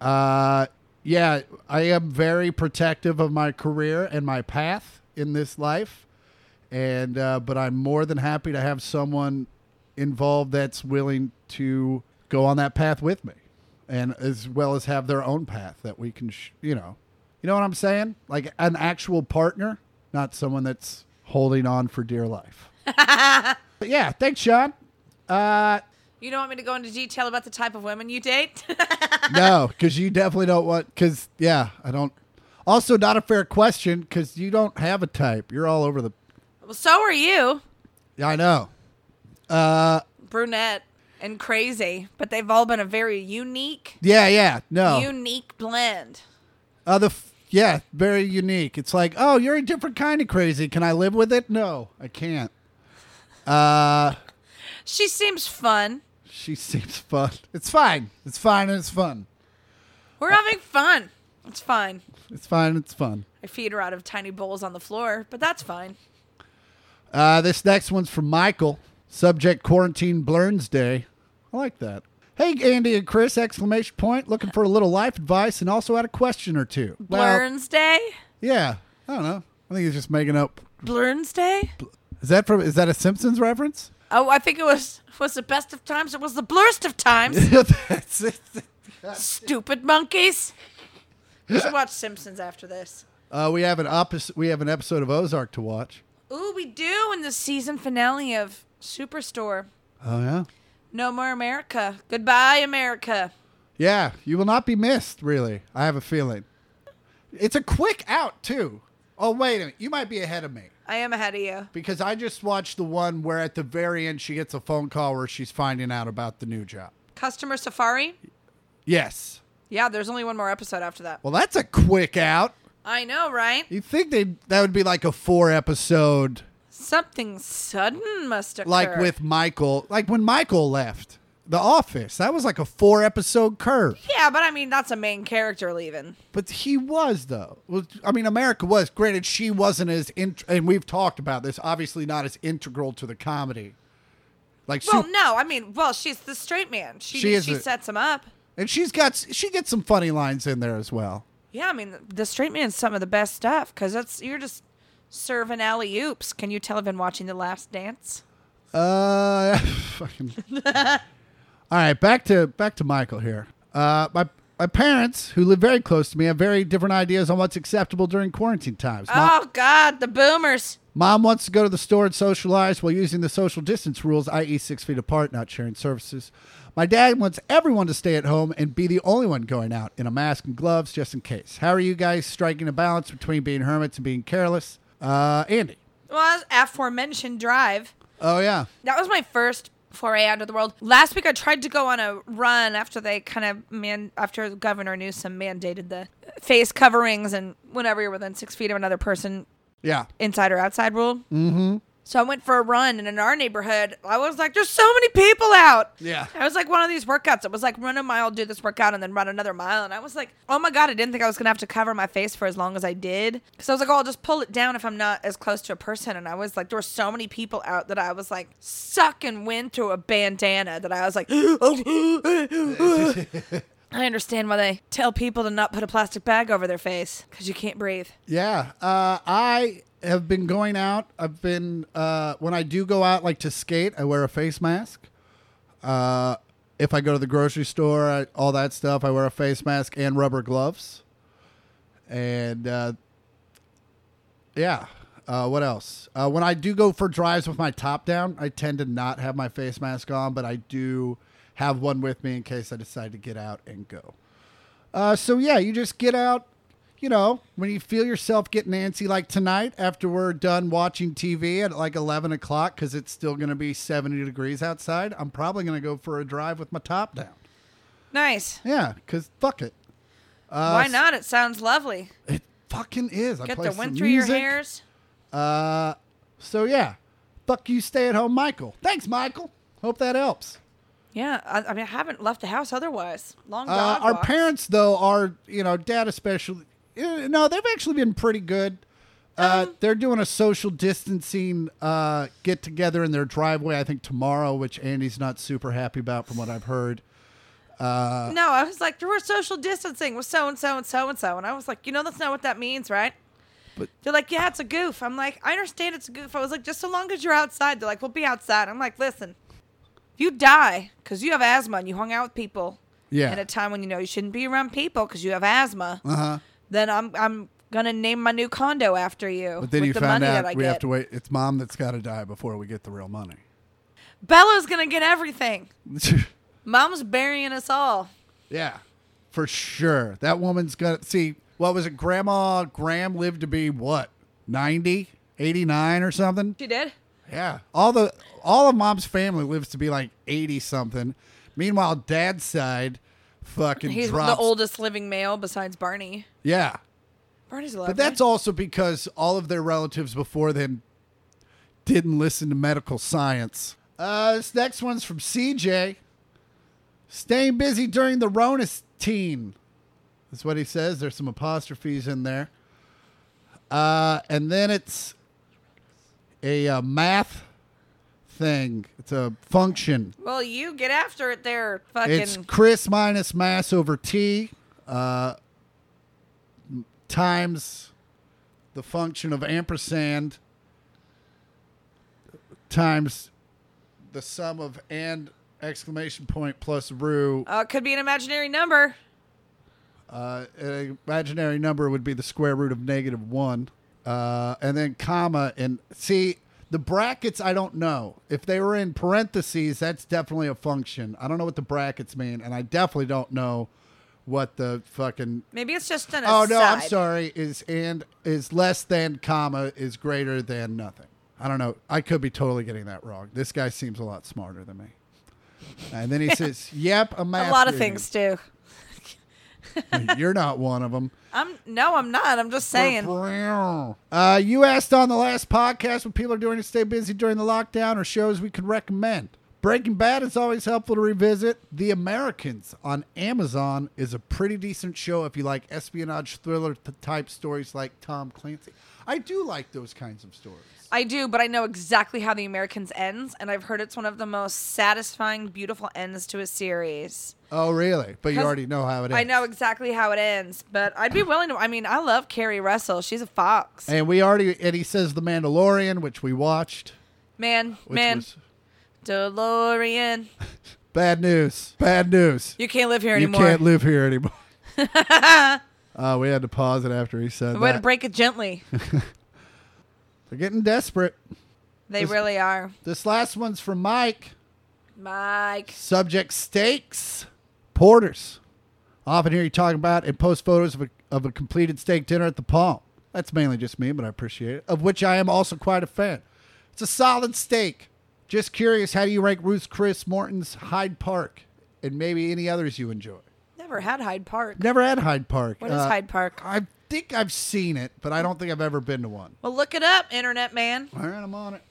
S2: Uh, yeah, I am very protective of my career and my path in this life, and uh, but I'm more than happy to have someone involved that's willing to go on that path with me, and as well as have their own path that we can, sh- you know, you know what I'm saying? Like an actual partner, not someone that's holding on for dear life. but yeah, thanks, Sean. Uh,
S3: You don't want me to go into detail about the type of women you date? [LAUGHS]
S2: no, because you definitely don't want. Because yeah, I don't. Also, not a fair question because you don't have a type. You're all over the.
S3: well, so are you.
S2: Yeah, I know.
S3: Brunette and crazy, but they've all been a very unique,
S2: Yeah, yeah. No.
S3: unique blend.
S2: uh, the f- yeah, very unique. It's like, oh, you're a different kind of crazy. Can I live with it? No, I can't. Uh,
S3: She seems fun.
S2: she [LAUGHS] seems fun. It's fine. It's fine. and It's fun.
S3: We're having fun. It's fine.
S2: It's fine. It's fun.
S3: I feed her out of tiny bowls on the floor, but that's fine.
S2: Uh, this next one's from Michael. Subject quarantine blurns day. I like that. Hey Andy and Chris! Exclamation point. Looking for a little life advice and also had a question or two. Well,
S3: Blurns Day?
S2: yeah. I don't know. I think he's just making up.
S3: Blurns Day?
S2: Is that from? Is that a Simpsons reference?
S3: Oh, I think it was was the best of times. It was the blurst
S2: [LAUGHS]
S3: of
S2: [LAUGHS]
S3: times.
S2: That's it.
S3: Stupid monkeys. You should watch Simpsons after this.
S2: Uh, we have an opposite. We have an episode of Ozark to watch.
S3: Ooh, we do in the season finale of Superstore.
S2: Oh yeah.
S3: No more America. Goodbye, America.
S2: Yeah, you will not be missed. Really, I have a feeling. It's a quick out too. Oh wait a minute. You might be ahead of me.
S3: I am ahead of you.
S2: because I just watched the one where at the very end she gets a phone call where she's finding out about the new job.
S3: Customer Safari?
S2: Yes.
S3: Yeah, there's only one more episode after that.
S2: Well, that's a quick out.
S3: I know, right?
S2: You think they that would be like a four episode
S3: Something sudden must occur.
S2: like with Michael, like when Michael left The Office. That was like a four episode curve.
S3: Yeah, but I mean that's a main character leaving.
S2: But he was though. Well, I mean, America was. Granted, she wasn't as in, and we've talked about this. Obviously, not as integral to the comedy. Like,
S3: Well,
S2: Sup-
S3: no, I mean, well, she's the straight man. She
S2: She
S3: she,
S2: is a-
S3: sets him up.
S2: and she's got she gets some funny lines in there as well.
S3: Yeah, I mean, the straight man's some of the best stuff because that's you're just serving alley oops. Can you tell I've been watching The Last Dance?
S2: Uh, [LAUGHS] fucking. All right, back to back to Michael here. Uh, my my parents, who live very close to me, have very different ideas on what's acceptable during quarantine times. Mo-
S3: Oh God, the boomers.
S2: Mom wants to go to the store and socialize while using the social distance rules, i.e., six feet apart, not sharing services. My dad wants everyone to stay at home and be the only one going out in a mask and gloves just in case. How are you guys striking a balance between being hermits and being careless? Uh, Andy.
S3: Well, as aforementioned drive.
S2: Oh yeah.
S3: That was my first foray out of the world. Last week I tried to go on a run after they kind of man after Governor Newsom mandated the face coverings and whenever you're within six feet of another person,
S2: Yeah.
S3: inside or outside rule. Mm-hmm. So I went for a run, and in our neighborhood, I was like, "There's so many people out."
S2: Yeah.
S3: I was like one of these workouts. It was like run a mile, do this workout, and then run another mile. And I was like, "Oh my god!" I didn't think I was gonna have to cover my face for as long as I did, because I was like, "Oh, I'll just pull it down if I'm not as close to a person." And I was like, there were so many people out that I was like sucking wind through a bandana that I was like. [GASPS] I understand why they tell people to not put a plastic bag over their face because you can't breathe.
S2: Yeah, uh, I have been going out. I've been uh, when I do go out, like to skate, I wear a face mask. Uh, if I go to the grocery store, I, all that stuff, I wear a face mask and rubber gloves. And uh, yeah, Uh, what else? Uh, when I do go for drives with my top down, I tend to not have my face mask on, but I do have one with me in case I decide to get out and go. Uh, so yeah, you just get out. You know, when you feel yourself getting antsy, like tonight after we're done watching TV at like eleven o'clock, because it's still going to be seventy degrees outside, I'm probably going to go for a drive with my top down.
S3: Nice.
S2: Yeah, because fuck it, Uh,
S3: Why not? It sounds lovely.
S2: it fucking is. I
S3: Get
S2: play
S3: the wind
S2: some
S3: through
S2: music.
S3: your hairs.
S2: Uh, so yeah, fuck you, stay at home, Michael. Thanks, Michael. Hope that helps.
S3: Yeah, I, I mean, I haven't left the house otherwise. Long
S2: Uh,
S3: dog
S2: our
S3: walks.
S2: parents, though, are you know, dad especially. eh, No, they've actually been pretty good. Uh,
S3: Um,
S2: they're doing a social distancing uh, get together in their driveway. I think tomorrow, which Andy's not super happy about, from what I've heard.
S3: No, I was like, we're social distancing with so and so and so and so, and I was like, you know, that's not what that means, right?
S2: But-
S3: they're like, yeah, it's a goof. I'm like, I understand it's a goof. I was like, just so long as you're outside. They're like, we'll be outside. I'm like, listen, if you die because you have asthma and you hung out with people
S2: Yeah.
S3: at a time when you know you shouldn't be around people because you have asthma,
S2: Uh huh.
S3: then I'm I'm gonna name my new condo after you
S2: But then
S3: with
S2: you
S3: the
S2: found
S3: money
S2: out
S3: that I
S2: we
S3: get.
S2: have to wait. It's mom that's got to die before we get the real money. [LAUGHS]
S3: Bella's gonna get everything. Mom's burying us all.
S2: Yeah, for sure. That woman's gonna see what was it? Grandma Graham lived to be what 90, 89 or something.
S3: She did.
S2: Yeah, all the all of mom's family lives to be like eighty something. Meanwhile, dad's side fucking
S3: He's
S2: drops.
S3: the oldest living male besides Barney.
S2: Yeah,
S3: Barney's alive.
S2: but that's also because all of their relatives before them didn't listen to medical science. Uh, this next one's from CJ. Staying busy during the Ronas teen. That's what he says. There's some apostrophes in there. Uh, and then it's a uh, math thing. It's a function.
S3: Well, you get after it there, fucking.
S2: It's Chris minus mass over t uh, m- times the function of ampersand times the sum of and exclamation point plus rue.
S3: oh, it could be an imaginary number.
S2: Uh, an imaginary number would be the square root of negative one. Uh, and then comma and see the brackets. I don't know if they were in parentheses. That's definitely a function. I don't know what the brackets mean, and I definitely don't know what the fucking.
S3: Maybe it's just an.
S2: Oh no, I'm
S3: aside.
S2: sorry. Is and is less than comma is greater than nothing. I don't know. I could be totally getting that wrong. This guy seems a lot smarter than me. And then he says, "Yep, a math
S3: A lot of
S2: reading.
S3: things too.
S2: [LAUGHS] You're not one of them."
S3: I'm no, I'm not. I'm just saying.
S2: Uh, you asked on the last podcast what people are doing to stay busy during the lockdown or shows we could recommend. Breaking Bad is always helpful to revisit. The Americans on Amazon is a pretty decent show if you like espionage thriller t- type stories like Tom Clancy. I do like those kinds of stories.
S3: I do, but I know exactly how The Americans ends, and I've heard it's one of the most satisfying, beautiful ends to a series.
S2: Oh, really? But you
S3: 'Cause
S2: already know how it is.
S3: I know exactly how it ends, but I'd be willing to. I mean, I love Carrie Russell. She's a fox.
S2: And we already, and he says The Mandalorian, which we watched.
S3: man,
S2: Which
S3: man,
S2: was
S3: DeLorean.
S2: bad news. Bad news.
S3: You can't live here
S2: You
S3: anymore.
S2: can't live here anymore.
S3: [LAUGHS]
S2: uh, we had to pause it after he said
S3: Way to
S2: that.
S3: break
S2: [LAUGHS]
S3: it gently.
S2: They're getting desperate.
S3: They
S2: This-
S3: really are.
S2: This last one's from Mike.
S3: Mike.
S2: Subject steaks, porters. Often hear you talking about and post photos of a, of a completed steak dinner at the Palm. That's mainly just me, but I appreciate it. Of which I am also quite a fan. It's a solid steak. Just curious, how do you rank Ruth's Chris Morton's Hyde Park and maybe any others you enjoy?
S3: Never had Hyde Park.
S2: Never had Hyde Park. Uh,
S3: What is Hyde Park?
S2: I think I've seen it, but I don't think I've ever been to one.
S3: Well, look it up, internet man.
S2: All right, I'm on it.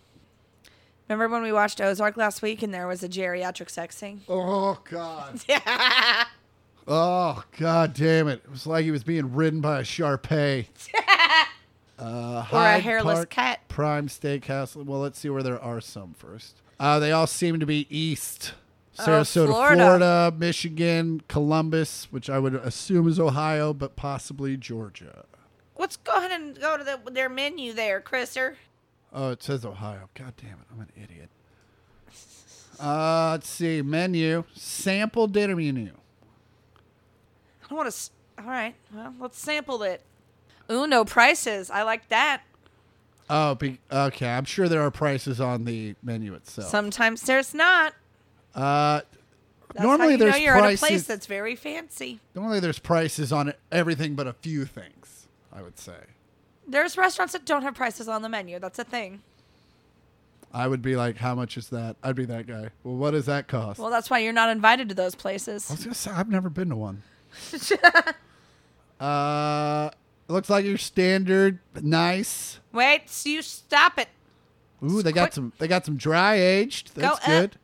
S3: Remember when we watched Ozark last week and there was a geriatric sex scene?
S2: Oh God.
S3: [LAUGHS]
S2: oh God damn it. It was like he was being ridden by a
S3: [LAUGHS]
S2: Sharpei. uh,
S3: Or a
S2: Hyde
S3: hairless cat.
S2: Prime Steakhouse. Well, let's see where there are some first. Uh, they all seem to be east. Sarasota,
S3: Oh, Florida.
S2: Florida, Michigan, Columbus, which I would assume is Ohio, but possibly Georgia.
S3: Let's go ahead and go to the, their menu there, Chriser.
S2: Oh, it says Ohio. God damn it. I'm an idiot. Uh, let's see. Menu. Sample dinner menu.
S3: I don't want to. S- All right, well, let's sample it. Uno prices. I like that.
S2: Oh, be, okay. I'm sure there are prices on the menu itself.
S3: Sometimes there's not.
S2: uh,
S3: That's
S2: normally
S3: how you
S2: there's
S3: know you're
S2: prices.
S3: at a place that's very fancy.
S2: normally there's prices on everything but a few things. I would say.
S3: There's restaurants that don't have prices on the menu. That's a thing.
S2: I would be like, how much is that? I'd be that guy. Well, what does that cost?
S3: Well, that's why you're not invited to those
S2: I
S3: places.
S2: was gonna say I've never been to one. uh, looks like your standard nice.
S3: Wait, so you stop it.
S2: Ooh, they got
S3: Squid-
S2: some. They got some dry aged. That's
S3: up.
S2: good.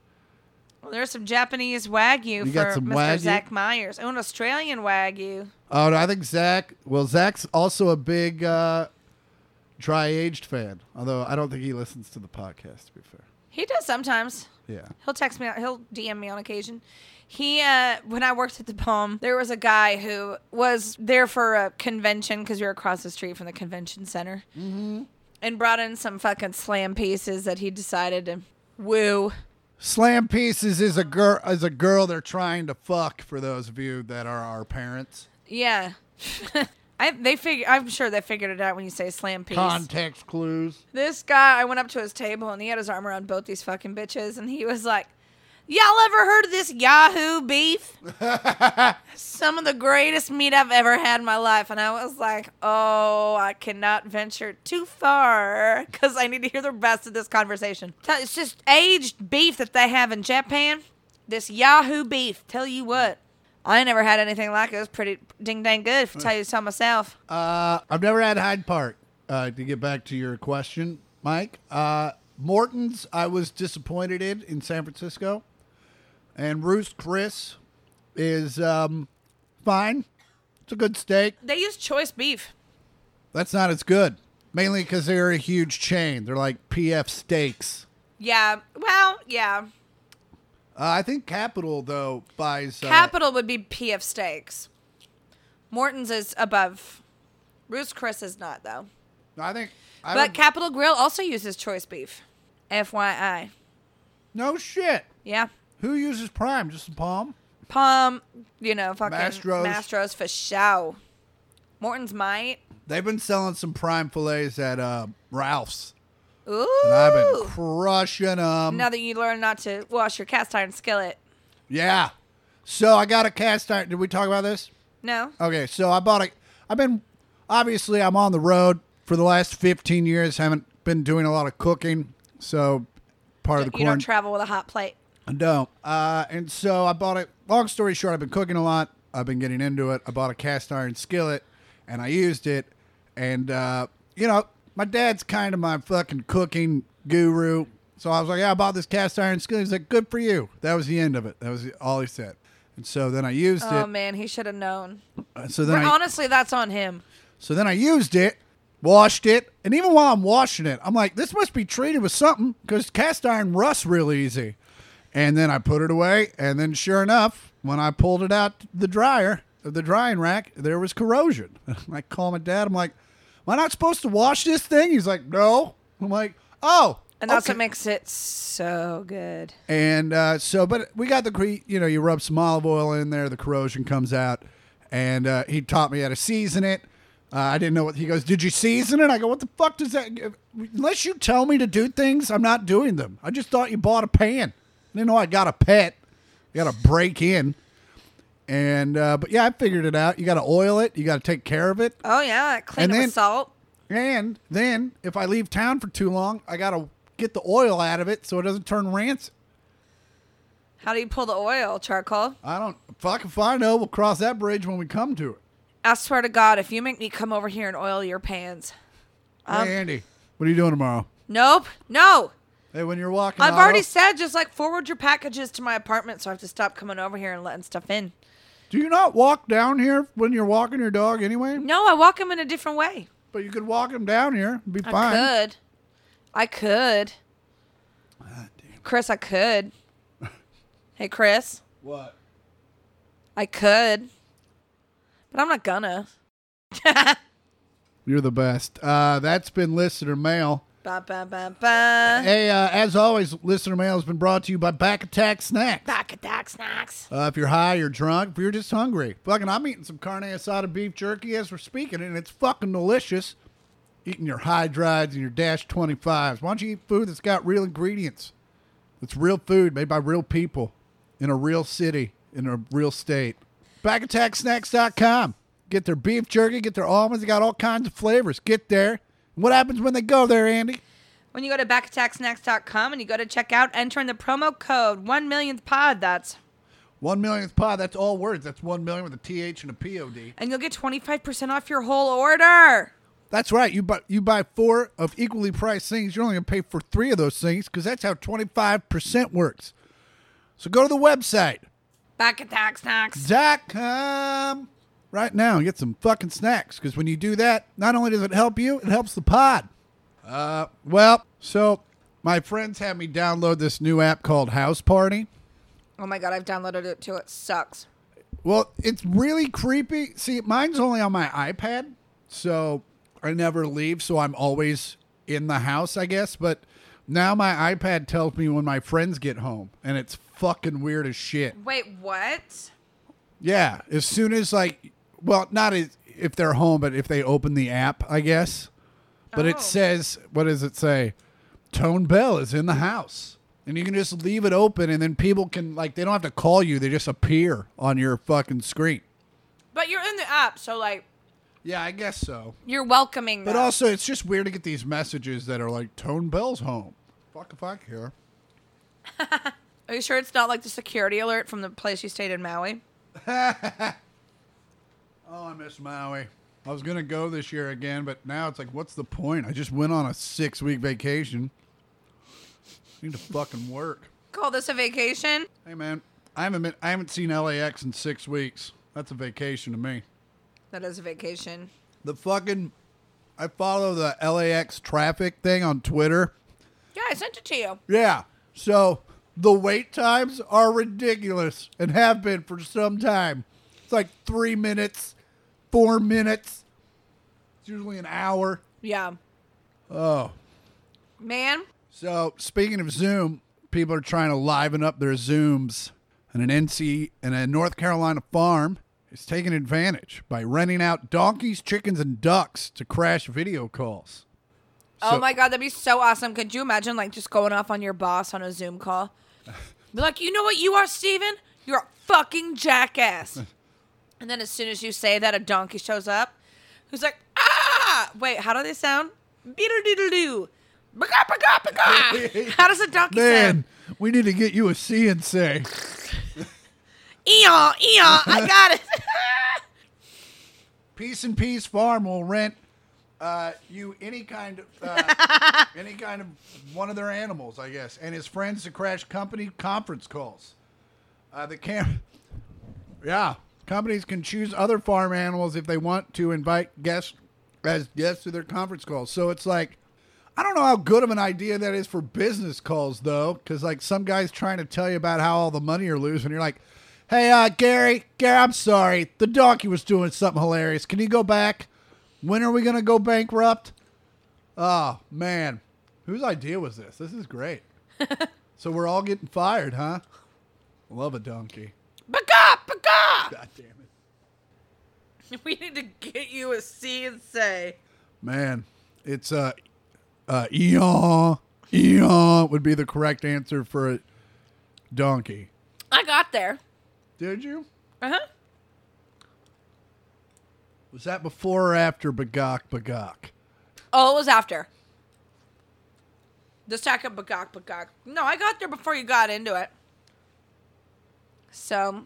S3: Well, there's some Japanese wagyu
S2: You
S3: for
S2: got some
S3: Mr.
S2: Wagyu?
S3: Zach Myers. Oh, an Australian wagyu.
S2: Oh, no, I think Zach. Well, Zach's also a big uh, dry aged fan. Although I don't think he listens to the podcast. To be fair.
S3: He does sometimes.
S2: Yeah.
S3: He'll text me. He'll DM me on occasion. He, uh, when I worked at the Palm, there was a guy who was there for a convention because we were across the street from the convention center, mm-hmm. and brought in some fucking slam pieces that he decided to woo.
S2: Slam pieces is a girl. Is a girl they're trying to fuck. For those of you that are our parents.
S3: Yeah, [LAUGHS] I they figure. I'm sure they figured it out when you say slam piece.
S2: Context clues.
S3: This guy, I went up to his table and he had his arm around both these fucking bitches, and he was like, "Y'all ever heard of this Yahoo beef? Some of the greatest meat I've ever had in my life." And I was like, "Oh, I cannot venture too far because I need to hear the rest of this conversation." Tell- It's just aged beef that they have in Japan. This Yahoo beef. Tell you what, I never had anything like it. It was pretty ding dang good. If I tell you so myself.
S2: Uh, I've never had Hyde Park. Uh, to get back to your question, Mike, uh, Morton's I was disappointed in in San Francisco, and Roost Chris is um, fine. It's a good steak.
S3: They use choice beef.
S2: That's not as good, mainly because they're a huge chain. They're like PF Steaks.
S3: Yeah. Well, yeah.
S2: Uh, I think Capital though buys uh,
S3: Capital would be PF Steaks. Morton's is above. Roost Chris is not though.
S2: I think. I
S3: but
S2: would-
S3: Capital Grill also uses choice beef. FYI.
S2: no shit.
S3: Yeah.
S2: Who uses Prime? Just the Palm.
S3: Palm, you know, fucking
S2: Mastros.
S3: Mastros, for show. Morton's might.
S2: They've been selling some Prime fillets at uh, Ralph's.
S3: Ooh.
S2: And I've been crushing them.
S3: now that you learn not to wash your cast iron skillet.
S2: yeah. So I got a cast iron. Did we talk about this?
S3: No.
S2: Okay. So I bought a. I've been obviously I'm on the road for the last 15 years. Haven't been doing a lot of cooking. So part of the
S3: you don't
S2: quarantine.
S3: travel with a hot plate.
S2: I don't. Uh, and so I bought it. Long story short, I've been cooking a lot. I've been getting into it. I bought a cast iron skillet, and I used it. And uh, you know, my dad's kind of my fucking cooking guru. So I was like, "Yeah, I bought this cast iron skillet." He's like, "Good for you." That was the end of it. That was all he said. And so then I used
S3: Oh
S2: it.
S3: man, he should have known.
S2: Uh, So then I,
S3: Honestly, that's on him.
S2: so then I used it, washed it, and even while I'm washing it, I'm like, this must be treated with something because cast iron rusts real easy. And then I put it away, and then sure enough, when I pulled it out the dryer, the drying rack, there was corrosion. [LAUGHS] I call my dad. I'm like, am I not supposed to wash this thing? He's like, no. I'm like, oh.
S3: And that's
S2: okay."
S3: what makes it so good.
S2: And uh, so, but we got the cre- you know you rub some olive oil in there, the corrosion comes out, and uh, he taught me how to season it. Uh, I didn't know what he goes. Did you season it? I go. What the fuck does that? Unless you tell me to do things, I'm not doing them. I just thought you bought a pan. I didn't know I got a pet. You got to break in, and uh, but yeah, I figured it out. You got to oil it. You got to take care of it.
S3: Oh yeah, clean
S2: And
S3: it
S2: then-
S3: with salt.
S2: And then if I leave town for too long, I got to get the oil out of it so it doesn't turn rancid.
S3: How do you pull the oil? Charcoal?
S2: I don't fucking if I know. We'll cross that bridge when we come to it.
S3: I swear to God, if you make me come over here and oil your pans. Um,
S2: hey, Andy, what are you doing tomorrow?
S3: Nope. No.
S2: Hey, when you're walking,
S3: I've
S2: Otto,
S3: already said just like forward your packages to my apartment, so I have to stop coming over here and letting stuff in.
S2: Do you not walk down here when you're walking your dog anyway?
S3: No, I walk them in a different way.
S2: But you could walk him down here. It'd be
S3: I
S2: fine.
S3: could. I could.
S2: Ah,
S3: Chris,
S2: [LAUGHS]
S3: I could. hey, Chris,
S2: What?
S3: I could. But I'm not gonna.
S2: You're the best. Uh, that's been listener mail.
S3: Ba ba ba ba.
S2: Hey, uh, as always, listener mail has been brought to you by Back Attack Snacks.
S3: Back attack snacks.
S2: Uh, if you're high, you're drunk, if you're just hungry. Fucking, I'm eating some carne asada beef jerky as we're speaking, and it's fucking delicious. eating your hydrides and your dash 25s. Why don't you eat food that's got real ingredients? It's real food made by real people in a real city, in a real state. BackAttackSnacks.com. Get their beef jerky, get their almonds. They got all kinds of flavors. Get there. What happens when they go there, Andy?
S3: When you go to backattacksnacks.com and you go to checkout, enter in the promo code 1 millionth pod, that's,
S2: One millionth pod. That's all words. That's one million with a TH and a POD.
S3: and you'll get 25% off your whole order.
S2: That's right. You buy you buy four of equally priced things. You're only gonna pay for three of those things because that's how 25% works. So go to the website
S3: Backattacksnacks.
S2: dot com right now and get some fucking snacks because when you do that, not only does it help you, it helps the pod. Uh, well, so my friends had me download this new app called House Party.
S3: Oh my god, I've downloaded it too. It sucks.
S2: Well, it's really creepy. See, mine's only on my iPad, so I never leave, so I'm always in the house, I guess. But now my iPad tells me when my friends get home, and it's fucking weird as shit.
S3: Wait, what?
S2: Yeah, as soon as like, well, not as, if they're home, but if they open the app, I guess. But
S3: Oh.
S2: it says, what does it say? Tone Bell is in the house, and you can just leave it open, and then people can like they don't have to call you; they just appear on your fucking screen.
S3: But you're in the app, so like
S2: Yeah, I guess so.
S3: you're welcoming
S2: But
S3: them.
S2: also, it's just weird to get these messages that are like Tone Bell's home. Fuck if I care.
S3: Are you sure it's not like the security alert from the place you stayed in Maui?
S2: Oh, I miss Maui. I was gonna go this year again, but now it's like, what's the point? I just went on a six week vacation. need to fucking work.
S3: Call this a vacation?
S2: Hey man, I haven't been, I haven't seen LAX in six weeks. That's a vacation to me.
S3: That is a vacation.
S2: The fucking I follow the LAX traffic thing on Twitter.
S3: Yeah, I sent it to you.
S2: Yeah. So the wait times are ridiculous and have been for some time. It's like three minutes, four minutes. It's usually an hour.
S3: Yeah.
S2: Oh.
S3: Man,
S2: So speaking of Zoom, people are trying to liven up their Zooms, and an NC and a North Carolina farm is taking advantage by renting out donkeys, chickens, and ducks to crash video calls.
S3: oh
S2: So-
S3: my god, that'd be so awesome. Could you imagine like just going off on your boss on a
S2: [LAUGHS]
S3: Zoom call? Be like, you know what you are, Steven? You're a
S2: [LAUGHS]
S3: fucking jackass. and then as soon as you say that, a donkey shows up who's like, ah! Wait, how do they sound? Beedle doodle doo. Baga, baga,
S2: [LAUGHS]
S3: baga. How does a donkey sound?
S2: Man, we need to get you a CNC.
S3: Eon, eon, I got it. [LAUGHS]
S2: Peace and Peace Farm will rent uh, you any kind of uh, any kind of one of their animals, I guess, and his friends to crash company conference calls. Uh, the cam, yeah, companies can choose other farm animals if they want to invite guests as guests to their conference calls. So it's like. I don't know how good of an idea that is for business calls, though, because like some guy's trying to tell you about how all the money you're losing. You're like, "Hey, uh, Gary, Gary, I'm sorry. The donkey was doing something hilarious. Can you go back? When are we gonna go bankrupt?" Oh man, whose idea was this? This is great. so we're all getting fired, huh? Love a donkey.
S3: Baga, baga.
S2: [LAUGHS] God damn it,
S3: We need to get you a C and say.
S2: man. It's uh, uh, eon, eon would be the correct answer for a donkey.
S3: I got there.
S2: Did you?
S3: Uh huh.
S2: Was that before or after Bagok Bagok?
S3: Oh, it was after. The second bagok bagok. No, I got there before you got into it. So,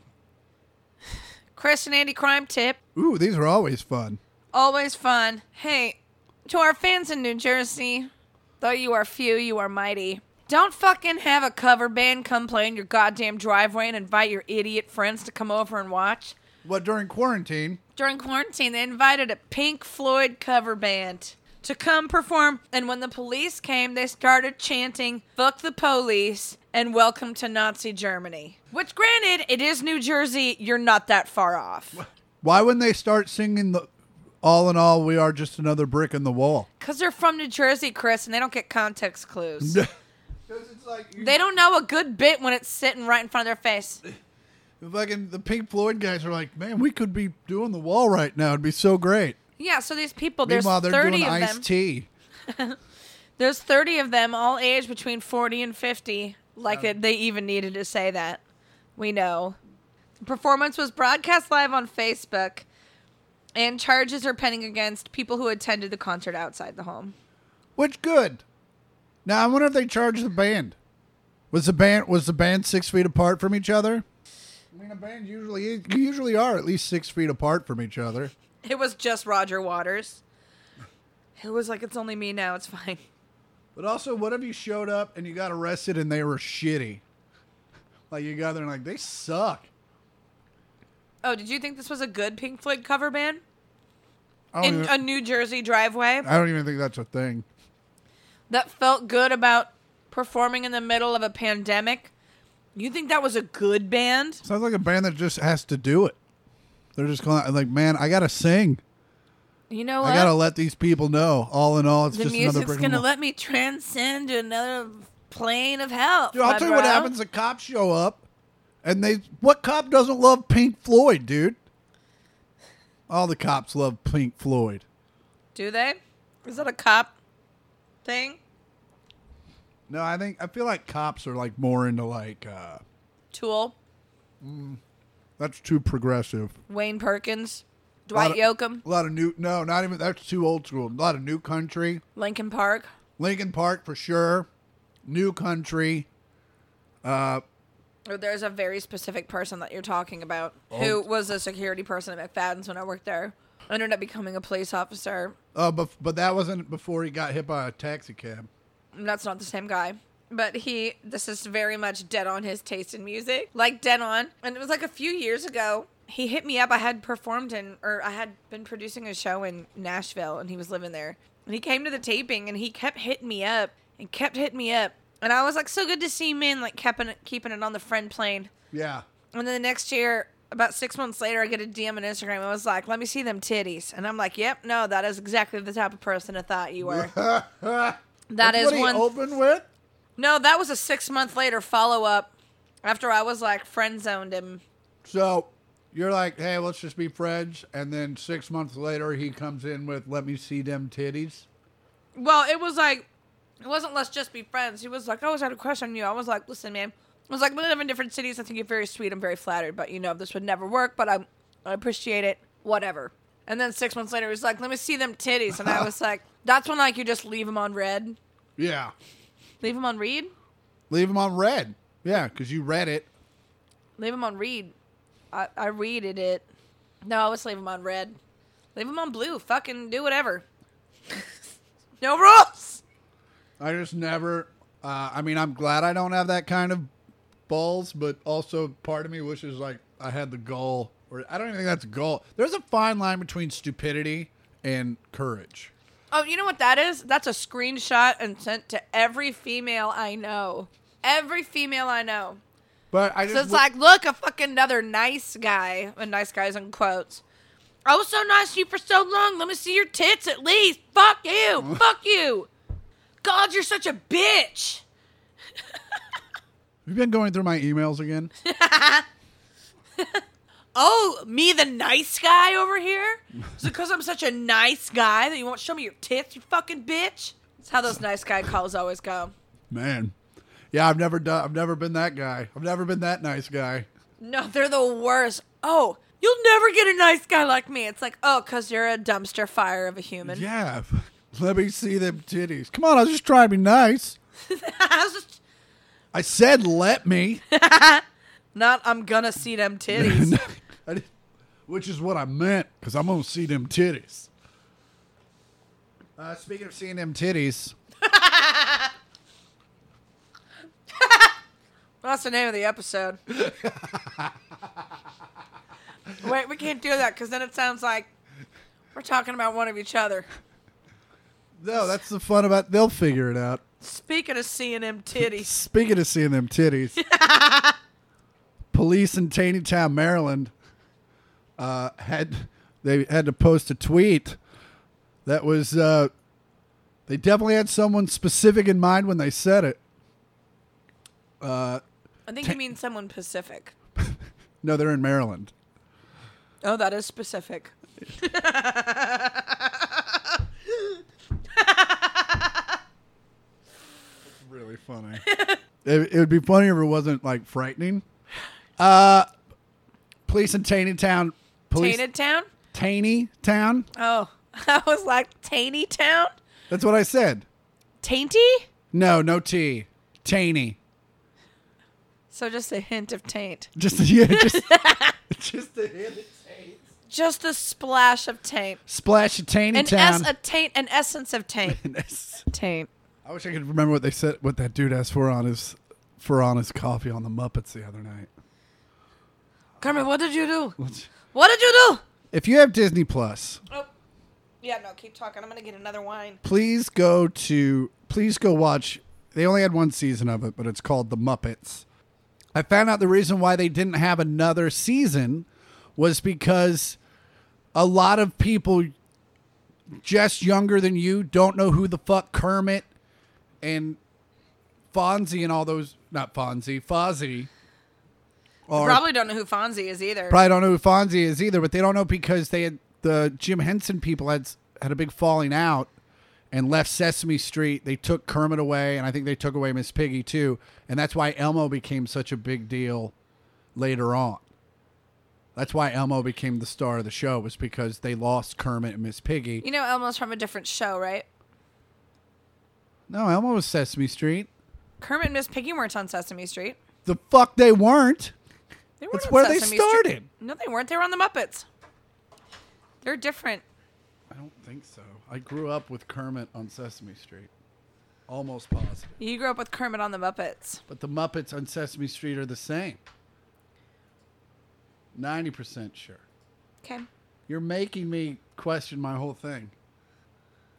S3: Chris and Andy crime tip.
S2: Ooh, these are always fun.
S3: Always fun. Hey, to our fans in New Jersey, though you are few, you are mighty. Don't fucking have a cover band come play in your goddamn driveway and invite your idiot friends to come over and watch.
S2: What during quarantine?
S3: During quarantine, they invited a Pink Floyd cover band to come perform, and when the police came, they started chanting, Fuck the police and welcome to Nazi Germany. Which, granted, it is New Jersey, you're not that far off.
S2: Why wouldn't they start singing the All in All We Are Just Another Brick in the Wall?
S3: Because they're from New Jersey, Chris, and they don't get context clues.
S2: Because it's like you,
S3: They don't know a good bit when it's sitting right in front of their face.
S2: fucking the Pink Floyd guys are like, man, we could be doing the wall right now. It'd be so great.
S3: Yeah, so these people, there's
S2: Meanwhile, they're
S3: 30
S2: doing
S3: of
S2: iced
S3: them.
S2: tea.
S3: There's 30 of them, all aged between 40 and 50. Like it, they even needed to say that. We know. The performance was broadcast live on Facebook, and charges are pending against people who attended the concert outside the home.
S2: Which good. Now I wonder if they charge the band. Was the band was the band six feet apart from each other? I mean, a band usually is- you usually are at least six feet apart from each other.
S3: It was just Roger Waters. It was like, it's only me now, it's fine.
S2: But also, what if you showed up and you got arrested and they were shitty? Like you got there and like they suck.
S3: Oh, did you think this was a good Pink Floyd cover band?
S2: I don't,
S3: In
S2: even,
S3: a New Jersey driveway?
S2: I don't even think that's a thing.
S3: that felt good about performing in the middle of a pandemic. You think that was a good band?
S2: Sounds like a band that just has to do it. They're just going out, like, man, I gotta sing.
S3: You know
S2: I gotta
S3: what?
S2: let these people know. All in all, it's
S3: The
S2: just another
S3: music's
S2: brick
S3: gonna
S2: and
S3: let me transcend to another plane of health.
S2: Dude, I'll
S3: my
S2: tell you what
S3: bro.
S2: happens. The cops show up, and they what cop doesn't love Pink Floyd, dude? All the cops love Pink Floyd.
S3: Do they? Is that a cop thing?
S2: No, I think I feel like cops are like more into like uh
S3: Tool,
S2: that's too progressive.
S3: Wayne Perkins,
S2: lot
S3: Dwight
S2: of-
S3: Yoakam,
S2: A lot of new no, not even that's too old school. A lot of new country,
S3: Lincoln Park.
S2: Lincoln Park for sure, new country.
S3: Or Oh, there's a very specific person that you're talking about
S2: Oh.
S3: who was a security person at McFadden's when I worked there. Ended up becoming a police officer
S2: Uh, but but that wasn't before he got hit by a taxi cab.
S3: that's not the same guy. But he, this is very much dead on his taste in music, like dead on. And it was like a few years ago, he hit me up. I had performed in, or I had been producing a show in Nashville, and he was living there. And he came to the taping, and he kept hitting me up and kept hitting me up. And I was like, so good to see men like keeping it, keeping it on the friend plane.
S2: Yeah. [LAUGHS]
S3: And then the next year, about six months later, I get a DM on Instagram. and was like, let me see them titties. And I'm like, yep, no, that is exactly the type of person I thought you were. That
S2: That's
S3: is
S2: what he
S3: one
S2: opened with.
S3: no, that was a six month later follow up after I was like friend zoned him.
S2: So you're like, hey, let's just be friends. And then six months later, he comes in with, let me see them titties.
S3: Well, it was like, it wasn't let's just be friends. He was like, I always had a crush on you. I was like, listen, man. I was like, we live in different cities. I think you're very sweet. I'm very flattered, but you know, this would never work, but I, I appreciate it. Whatever. And then six months later, he was like, let me see them titties. And I was like, that's when like you just leave him on red.
S2: Yeah.
S3: Leave him on read?
S2: Leave them on red. Yeah, because you read it.
S3: Leave him on read. I, I readed it. No, I always leave him on red. Leave him on blue. Fucking do whatever. [LAUGHS] no rules.
S2: I just never, uh, I mean, I'm glad I don't have that kind of balls, but also part of me wishes like I had the goal, or I don't even think that's a goal. There's a fine line between stupidity and courage.
S3: Oh, you know what that is? That's a screenshot and sent to every female I know. Every female I know.
S2: But I just
S3: So it's
S2: wi-
S3: like, look, a fucking other nice guy. A nice guy's in quotes. I was so nice to you for so long. Let me see your tits at least. Fuck you. Fuck you. God, you're such a bitch.
S2: Have you been going through my emails again?
S3: [LAUGHS] Oh, me the nice guy over here? Is it because I'm such a nice guy that you won't show me your tits, you fucking bitch? That's how those nice guy calls always go.
S2: Man. Yeah, I've never done I've never been that guy. I've never been that nice guy.
S3: No, they're the worst. Oh, you'll never get a nice guy like me. It's like, oh, because you're a dumpster fire of a human.
S2: Yeah. [LAUGHS] Let me see them titties. Come on, I was just trying to be nice.
S3: [LAUGHS] I was just,
S2: I said let me.
S3: not, I'm gonna see
S2: [LAUGHS]
S3: them titties.
S2: I did- Which is what I meant, because I'm gonna see them titties. Uh, speaking of seeing them titties,
S3: That's the name of the episode. Wait, we can't do that because then it sounds like we're talking about one of each other.
S2: no, that's the fun about they'll figure it out.
S3: Speaking of seeing them titties.
S2: Speaking of seeing them [LAUGHS] titties, police in Taney Town, Maryland, uh, had they had to post a tweet that was uh, they definitely had someone specific in mind when they said it.
S3: I think you mean someone Pacific.
S2: No, they're in Maryland.
S3: Oh, that is specific. [LAUGHS]
S2: funny. it, it would be funny if it wasn't like frightening. Uh, police in Taney Town. Police
S3: Tainted Town?
S2: Taney Town.
S3: Oh, [LAUGHS] I was like, Tainty Town?
S2: That's what I said.
S3: Tainty?
S2: No, no T. Taney.
S3: So just a hint of taint.
S2: Just [LAUGHS] yeah, just just the hint.
S3: Just a splash of taint.
S2: Splash of Taney
S3: An,
S2: Town.
S3: es- a taint, an essence of
S2: [LAUGHS]
S3: taint.
S2: An S.
S3: taint.
S2: I wish I could remember what they said. What that dude asked for on his for on his coffee on the Muppets the other night.
S3: Carmen, what did you do? What did you
S2: If you have Disney Plus,
S3: do? Oh. Yeah, no, keep talking. I'm going to get another wine.
S2: please go to please go watch they only had one season of it but it's called the muppets i found out the reason why they didn't have another season was because a lot of people just younger than you don't know who the fuck kermit and fonzie and all those not fonzie fozzie are
S3: Probably don't know who Fonzie is either.
S2: probably don't know who Fonzie is either, but they don't know because they had the Jim Henson people had had a big falling out and left Sesame Street. They took Kermit away, and I think they took away Miss Piggy too, and that's why Elmo became such a big deal later on. That's why Elmo became the star of the show was because they lost Kermit and Miss Piggy.
S3: you know Elmo's from a different show, right?
S2: No, Elmo was Sesame Street.
S3: Kermit and Miss Piggy weren't on Sesame Street.
S2: The fuck they weren't.
S3: They
S2: That's
S3: weren't
S2: where
S3: on
S2: they
S3: Sesame
S2: started.
S3: Street. No, they weren't. They were on the Muppets. They're different.
S2: I don't think so. I grew up with Kermit on Sesame Street. Almost positive.
S3: You grew up with Kermit on the Muppets.
S2: But the Muppets on Sesame Street are the same. 90% sure.
S3: Okay.
S2: You're making me question my whole thing.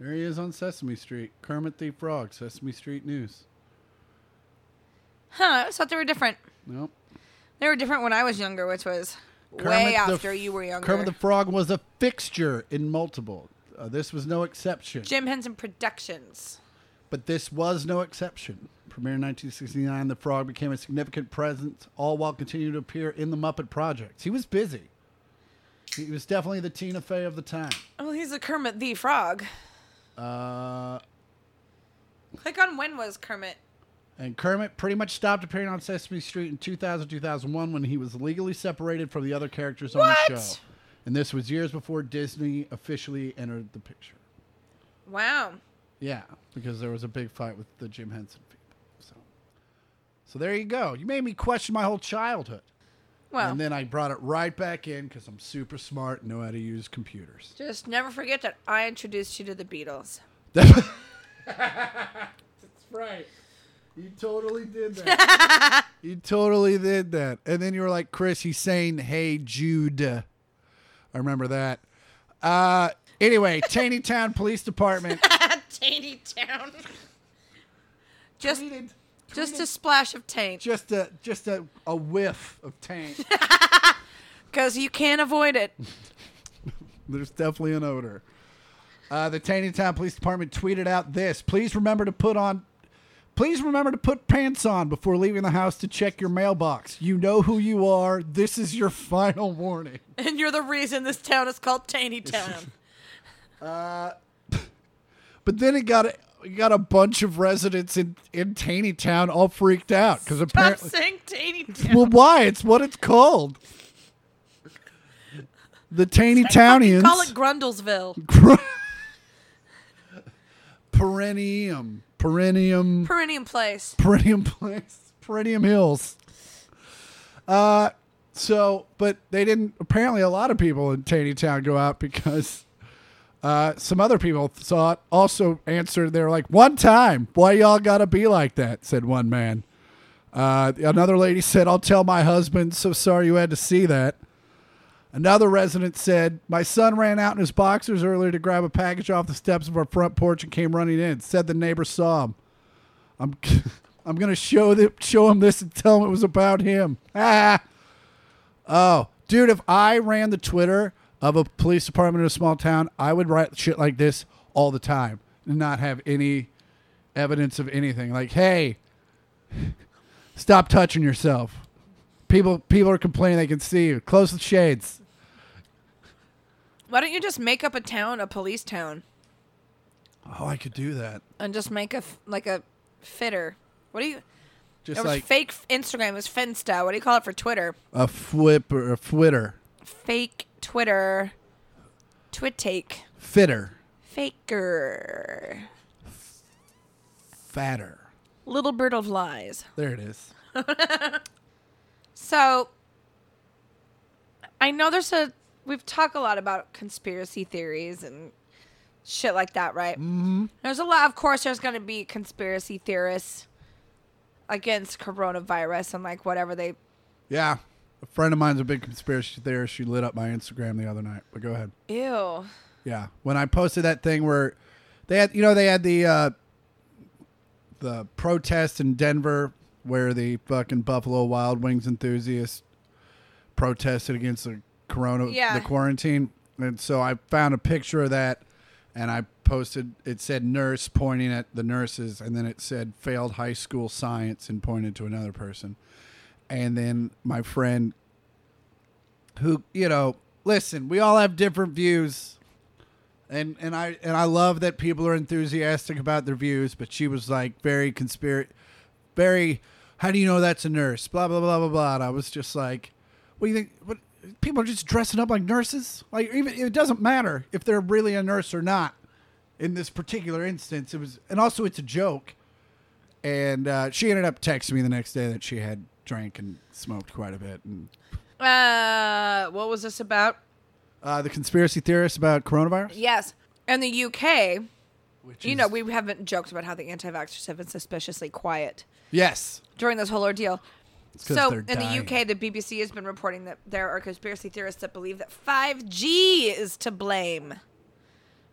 S2: There he is on Sesame Street. Kermit the Frog, Sesame Street News.
S3: Huh. I always thought they were different.
S2: Nope.
S3: They were different when I was younger, which was
S2: Kermit
S3: way
S2: the
S3: after
S2: F-
S3: you were younger.
S2: Kermit the Frog was a fixture in multiple. Uh, this was no exception.
S3: Jim Henson Productions.
S2: But this was no exception. Premiered in 1969, The Frog became a significant presence, all while continuing to appear in the Muppet Projects. He was busy. He was definitely the Tina Fey of the time.
S3: Oh, he's a Kermit the Frog.
S2: Uh,
S3: Click on when was Kermit.
S2: and Kermit pretty much stopped appearing on Sesame Street in 2000, 2001 when he was legally separated from the other characters on the
S3: What?
S2: show. And this was years before Disney officially entered the picture.
S3: Wow.
S2: Yeah, because there was a big fight with the Jim Henson people. So, so there you go. You made me question my whole childhood.
S3: Well,
S2: And then I brought it right back in because I'm super smart and know how to use computers.
S3: just never forget that I introduced you to the [LAUGHS] Beatles.
S2: That's right. You totally did that. you totally did that. And then you were like, Chris, he's saying, hey, Jude. I remember that. Uh, anyway, Taney Town Police Department.
S3: Tainty Town. just,
S2: tweeted-
S3: just a splash of taint,
S2: just a just a, a whiff of taint.
S3: because you can't avoid it. [LAUGHS]
S2: There's definitely an odor. Uh, the Taney Town Police Department tweeted out this: Please remember to put on. Please remember to put pants on before leaving the house to check your mailbox. You know who you are. This is your [LAUGHS] final warning.
S3: And you're the reason this town is called Tainty Town.
S2: But then it got it got a bunch of residents in in Taney Town all freaked out because
S3: I'm
S2: apparently,
S3: saying Tainty
S2: [LAUGHS]
S3: Town.
S2: well, why? It's what it's called. The Taney Townians.
S3: Call it Grundlesville.
S2: [LAUGHS] Perennium. Perennium.
S3: Perennium
S2: [LAUGHS]
S3: Place.
S2: Perennium Place, Perennium Hills. Uh, so, but they didn't. Apparently, a lot of people in Taney Town go out because uh, some other people saw it. Also, answered. They were like, "One time, why y'all gotta be like that?" Said one man. Uh, another lady said, "I'll tell my husband. So sorry you had to see that." Another resident said, My son ran out in his boxers earlier to grab a package off the steps of our front porch and came running in. Said the neighbor saw him. I'm [LAUGHS] I'm gonna show them show him this and tell him it was about him. [LAUGHS] Ah. Oh, dude, if I ran the Twitter of a police department in a small town, I would write shit like this all the time and not have any evidence of anything. Like, hey, [LAUGHS] stop touching yourself. People people are complaining they can see you. Close the shades.
S3: Why don't you just make up a town, a police town,
S2: Oh, I could do that.
S3: and just make a f- like a fitter What do you?
S2: Just
S3: It was
S2: like
S3: fake Instagram. It was Finsta. What do you call it for Twitter?
S2: a flip or a flitter,
S3: Fake Twitter. Twit take.
S2: fitter,
S3: Faker.
S2: fatter.
S3: Little bird of lies.
S2: There it is.
S3: So I know there's a we've talked a lot about conspiracy theories and shit like that, right? Mm-hmm. There's a lot. Of course, there's going to be conspiracy theorists against coronavirus and like whatever they.
S2: Yeah. A friend of mine's a big conspiracy theorist. She lit up my Instagram the other night. But go ahead.
S3: Ew.
S2: Yeah. When I posted that thing where they had, you know, they had the uh, the protest in Denver where the fucking Buffalo Wild Wings enthusiasts protested against the corona,
S3: Yeah.
S2: the quarantine. And so I found a picture of that and I posted, it said nurse pointing at the nurses. And then it said failed high school science and pointed to another person. And then my friend who you know listen we all have different views and and i and i love that people are enthusiastic about their views but she was like very conspiracy very how do you know that's a nurse blah blah blah blah blah and i was just like what do you think what people are just dressing up like nurses like even it doesn't matter if they're really a nurse or not in this particular instance it was and also it's a joke and uh, she ended up texting me the next day that she had drank and smoked quite a bit and
S3: Uh, what was this about?
S2: Uh, the conspiracy theorists about coronavirus.
S3: Yes. In the UK,
S2: Which
S3: you know, we haven't joked about how the anti vaxxers have been suspiciously quiet
S2: yes,
S3: during this whole ordeal.
S2: 'cause
S3: So
S2: they're
S3: in
S2: dying.
S3: the UK, the BBC has been reporting that there are conspiracy theorists that believe that 5G is to blame.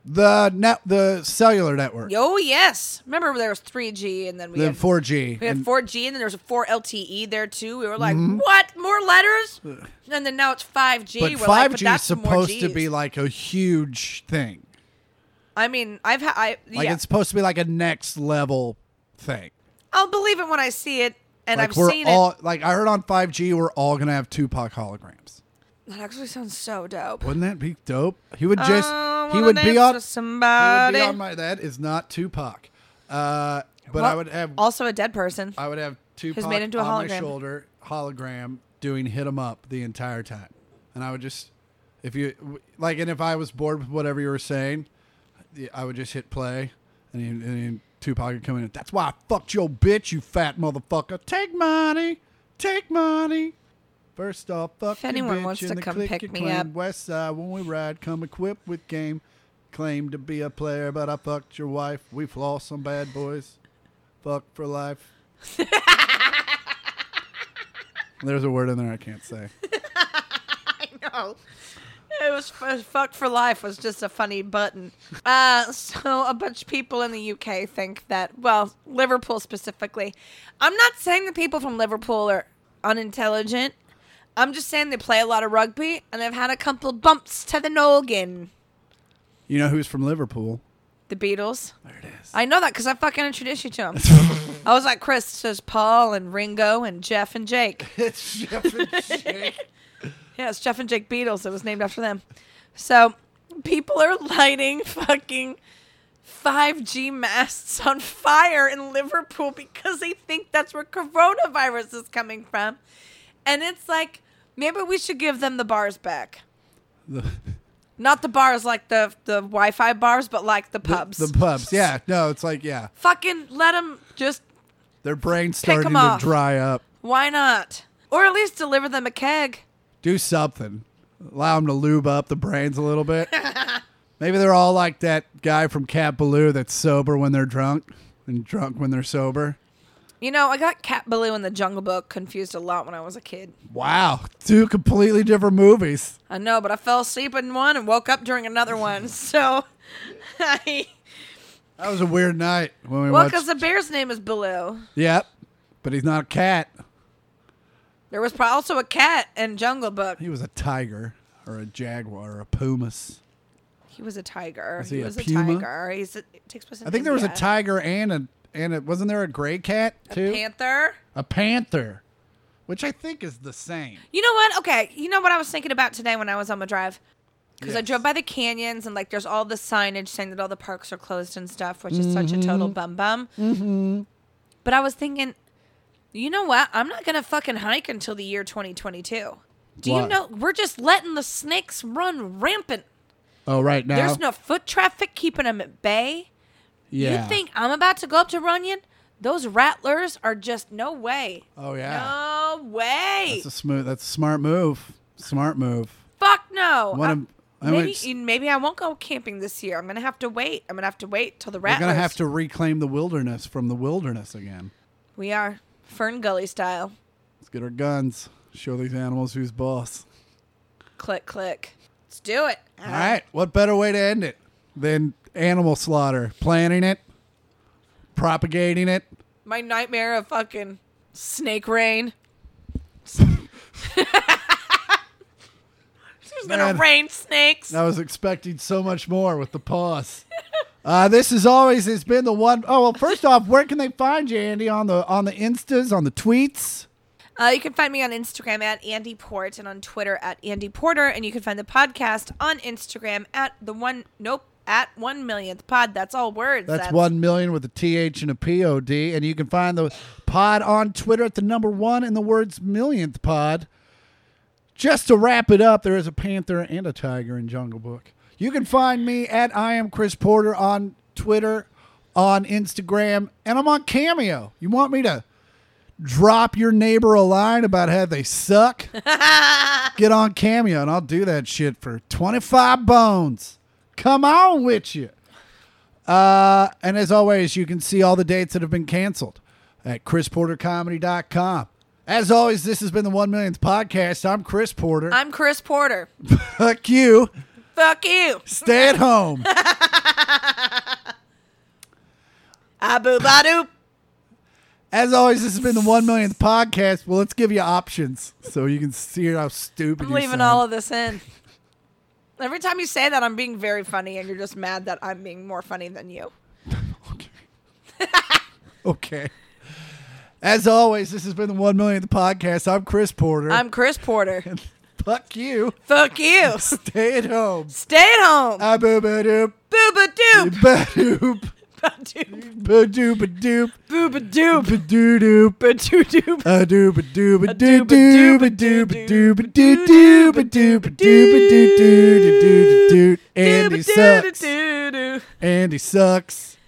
S2: the net, the cellular network,
S3: Oh yes, remember there was 3G and then we
S2: the
S3: had
S2: four G.
S3: we had 4G and then there was a 4 LTE E there too. We were like, what? More letters? And then now it's
S2: Mm-hmm.
S3: 5G.
S2: But
S3: we're
S2: five
S3: like, but
S2: G is
S3: that's more
S2: supposed to
S3: Gs."
S2: be like a huge thing.
S3: I mean, I've had. I
S2: Like
S3: yeah.
S2: it's supposed to be like a next level thing.
S3: I'll believe it when I see it, and
S2: Like
S3: I've
S2: we're
S3: seen
S2: all
S3: it.
S2: like I heard on five G, we're all gonna have Tupac holograms.
S3: That actually sounds so dope.
S2: Wouldn't that be dope? He would just
S3: I
S2: he
S3: wanna
S2: would
S3: dance
S2: be on.
S3: with
S2: He would
S3: somebody.
S2: be on my. That is not Tupac. Uh, but I
S3: Well,
S2: would have
S3: also a dead person.
S2: I would have Tupac
S3: Who's made into a
S2: on my
S3: hologram.
S2: shoulder, hologram, doing "Hit 'Em Up" the entire time, and I would just, if you w- like, and if I was bored with whatever you were saying, y- I would just hit play, and, he, and he- Tupac would come in. That's why I fucked your bitch, you fat motherfucker. Take money, take money. First off, fuck
S3: If
S2: your
S3: anyone
S2: bitch
S3: wants
S2: in
S3: to
S2: the
S3: come
S2: click
S3: pick
S2: you
S3: me
S2: claim.
S3: up.
S2: West side when we ride, come equipped with game. Claim to be a player, but I fucked your wife. We floss some bad boys. Fuck for
S3: [LAUGHS]
S2: life. There's a word in there I can't say.
S3: No. It was f- fucked for life was just a funny button. Uh, so a bunch of people in the UK think that, well, Liverpool specifically. I'm not saying the people from Liverpool are unintelligent. I'm just saying they play a lot of rugby and they've had a couple bumps to the noggin.
S2: You know who's from Liverpool?
S3: The Beatles.
S2: There it is.
S3: I know that because I fucking introduced you
S2: [LAUGHS]
S3: to them. I was like, Chris says Paul and Ringo and Jeff and Jake.
S2: it's [LAUGHS] Jeff and Jake.
S3: Yeah, it's Jeff and Jake Beatles. It was named after them. So people are lighting fucking 5G masts on fire in Liverpool because they think that's where coronavirus is coming from. And it's like, maybe we should give them the bars back.
S2: The,
S3: Not the bars like the, the Wi Fi bars, but like the pubs.
S2: the pubs. Yeah. No, it's like, yeah.
S3: fucking let them just,
S2: Their brain's starting
S3: 'em
S2: to
S3: off.
S2: dry up.
S3: why not? Or at least deliver them a keg.
S2: Do something. Allow them to lube up the brains a little
S3: [LAUGHS]
S2: bit. Maybe they're all like that guy from Cat Baloo that's sober when they're drunk and drunk when they're sober.
S3: You know, I got Cat Baloo and the Jungle Book confused a lot when I was a kid.
S2: Wow. Two completely different movies.
S3: I know, but I fell asleep in one and woke up during another one. [LAUGHS] So, I,
S2: That was a weird night when we
S3: well,
S2: watched.
S3: because the bear's name is Baloo.
S2: yep. But he's not a cat.
S3: There was pro- also a cat in Jungle Book.
S2: He was a tiger or a jaguar or a pumas.
S3: He was a tiger.
S2: Was
S3: He,
S2: he a
S3: was a,
S2: puma?
S3: tiger. He's a, it takes place. In
S2: I think there was a
S3: India.
S2: tiger and a and a, wasn't there a gray cat too?
S3: panther.
S2: A panther, which I think is the same.
S3: You know what? Okay, you know what I was thinking about today when I was on the drive. Because I
S2: Yes.
S3: drove by the canyons and like there's all the signage saying that all the parks are closed and stuff, which is such a total bum bum. Mm-hmm. But I was thinking, you know what? I'm not gonna fucking hike until the year 2022. Do
S2: Why?
S3: you know we're just letting the snakes run rampant?
S2: Oh, right now.
S3: There's no foot traffic keeping them at bay.
S2: Yeah.
S3: You think I'm about to go up to Runyon? Those rattlers are just no way.
S2: Oh yeah.
S3: No way.
S2: That's a smooth. That's a smart move. Smart move.
S3: Fuck no.
S2: One
S3: I-
S2: of- I
S3: maybe
S2: went-
S3: maybe I won't go camping this year. I'm gonna have to wait. I'm gonna have to wait till the
S2: We're
S3: rattlers.
S2: gonna have to reclaim the wilderness from the wilderness again.
S3: We are Fern Gully style.
S2: Let's get our guns. Show these animals who's boss.
S3: Click click. Let's do it.
S2: All right. What better way to end it than animal slaughter? Planning it, propagating it.
S3: My nightmare of fucking snake rain. it's just gonna
S2: Man.
S3: rain snakes.
S2: I was expecting so much more with the pause. [LAUGHS] Uh, this is always it's been the one oh well first off where can they find you Andy on the on the instas on the tweets
S3: Uh, you can find me on Instagram at Andy Port and on Twitter at Andy Porter, and you can find the podcast on Instagram at the one nope at one millionth pod. That's all words.
S2: That's, one million with a TH and a POD. And you can find the pod on Twitter at the number one and the words millionth pod. Just to wrap it up, there is a panther and a tiger in Jungle Book. You can find me at I am Chris Porter on Twitter, on Instagram, and I'm on Cameo. You want me to drop your neighbor a line about how they
S3: [LAUGHS]
S2: suck? Get on Cameo and I'll do that shit for 25 bones. Come on with you. Uh, and as always, you can see all the dates that have been canceled at chrisportercomedy.com. As always, this has been the One Millionth Podcast. I'm Chris Porter.
S3: I'm Chris Porter.
S2: Fuck you.
S3: Fuck you.
S2: Stay at home.
S3: Abu Badoop.
S2: As always, this has been the One Millionth Podcast. Well, let's give you options so you can see how stupid
S3: I'm
S2: you
S3: leaving
S2: sound.
S3: all of this in. Every time you say that, I'm being very funny, and you're just mad that I'm being more funny than you.
S2: Okay. okay. As always, this has been the One Millionth Podcast. I'm Chris Porter.
S3: I'm Chris Porter.
S2: Fuck you.
S3: Fuck you.
S2: Stay at home.
S3: Stay at home.
S2: I booba doop.
S3: Booba doop.
S2: Badoop.
S3: Badoop.
S2: Badoop. Badoop.
S3: Booba doop.
S2: Ba-doo-doop.
S3: Badoo doop.
S2: Adoop, adoop, adoop, adoop, adoop, adoop, adoop, adoop, adoop, adoop, adoop, adoop, adoop. Andy
S3: Doo-ba-doo-doo-doo-doo.
S2: sucks. Andy sucks.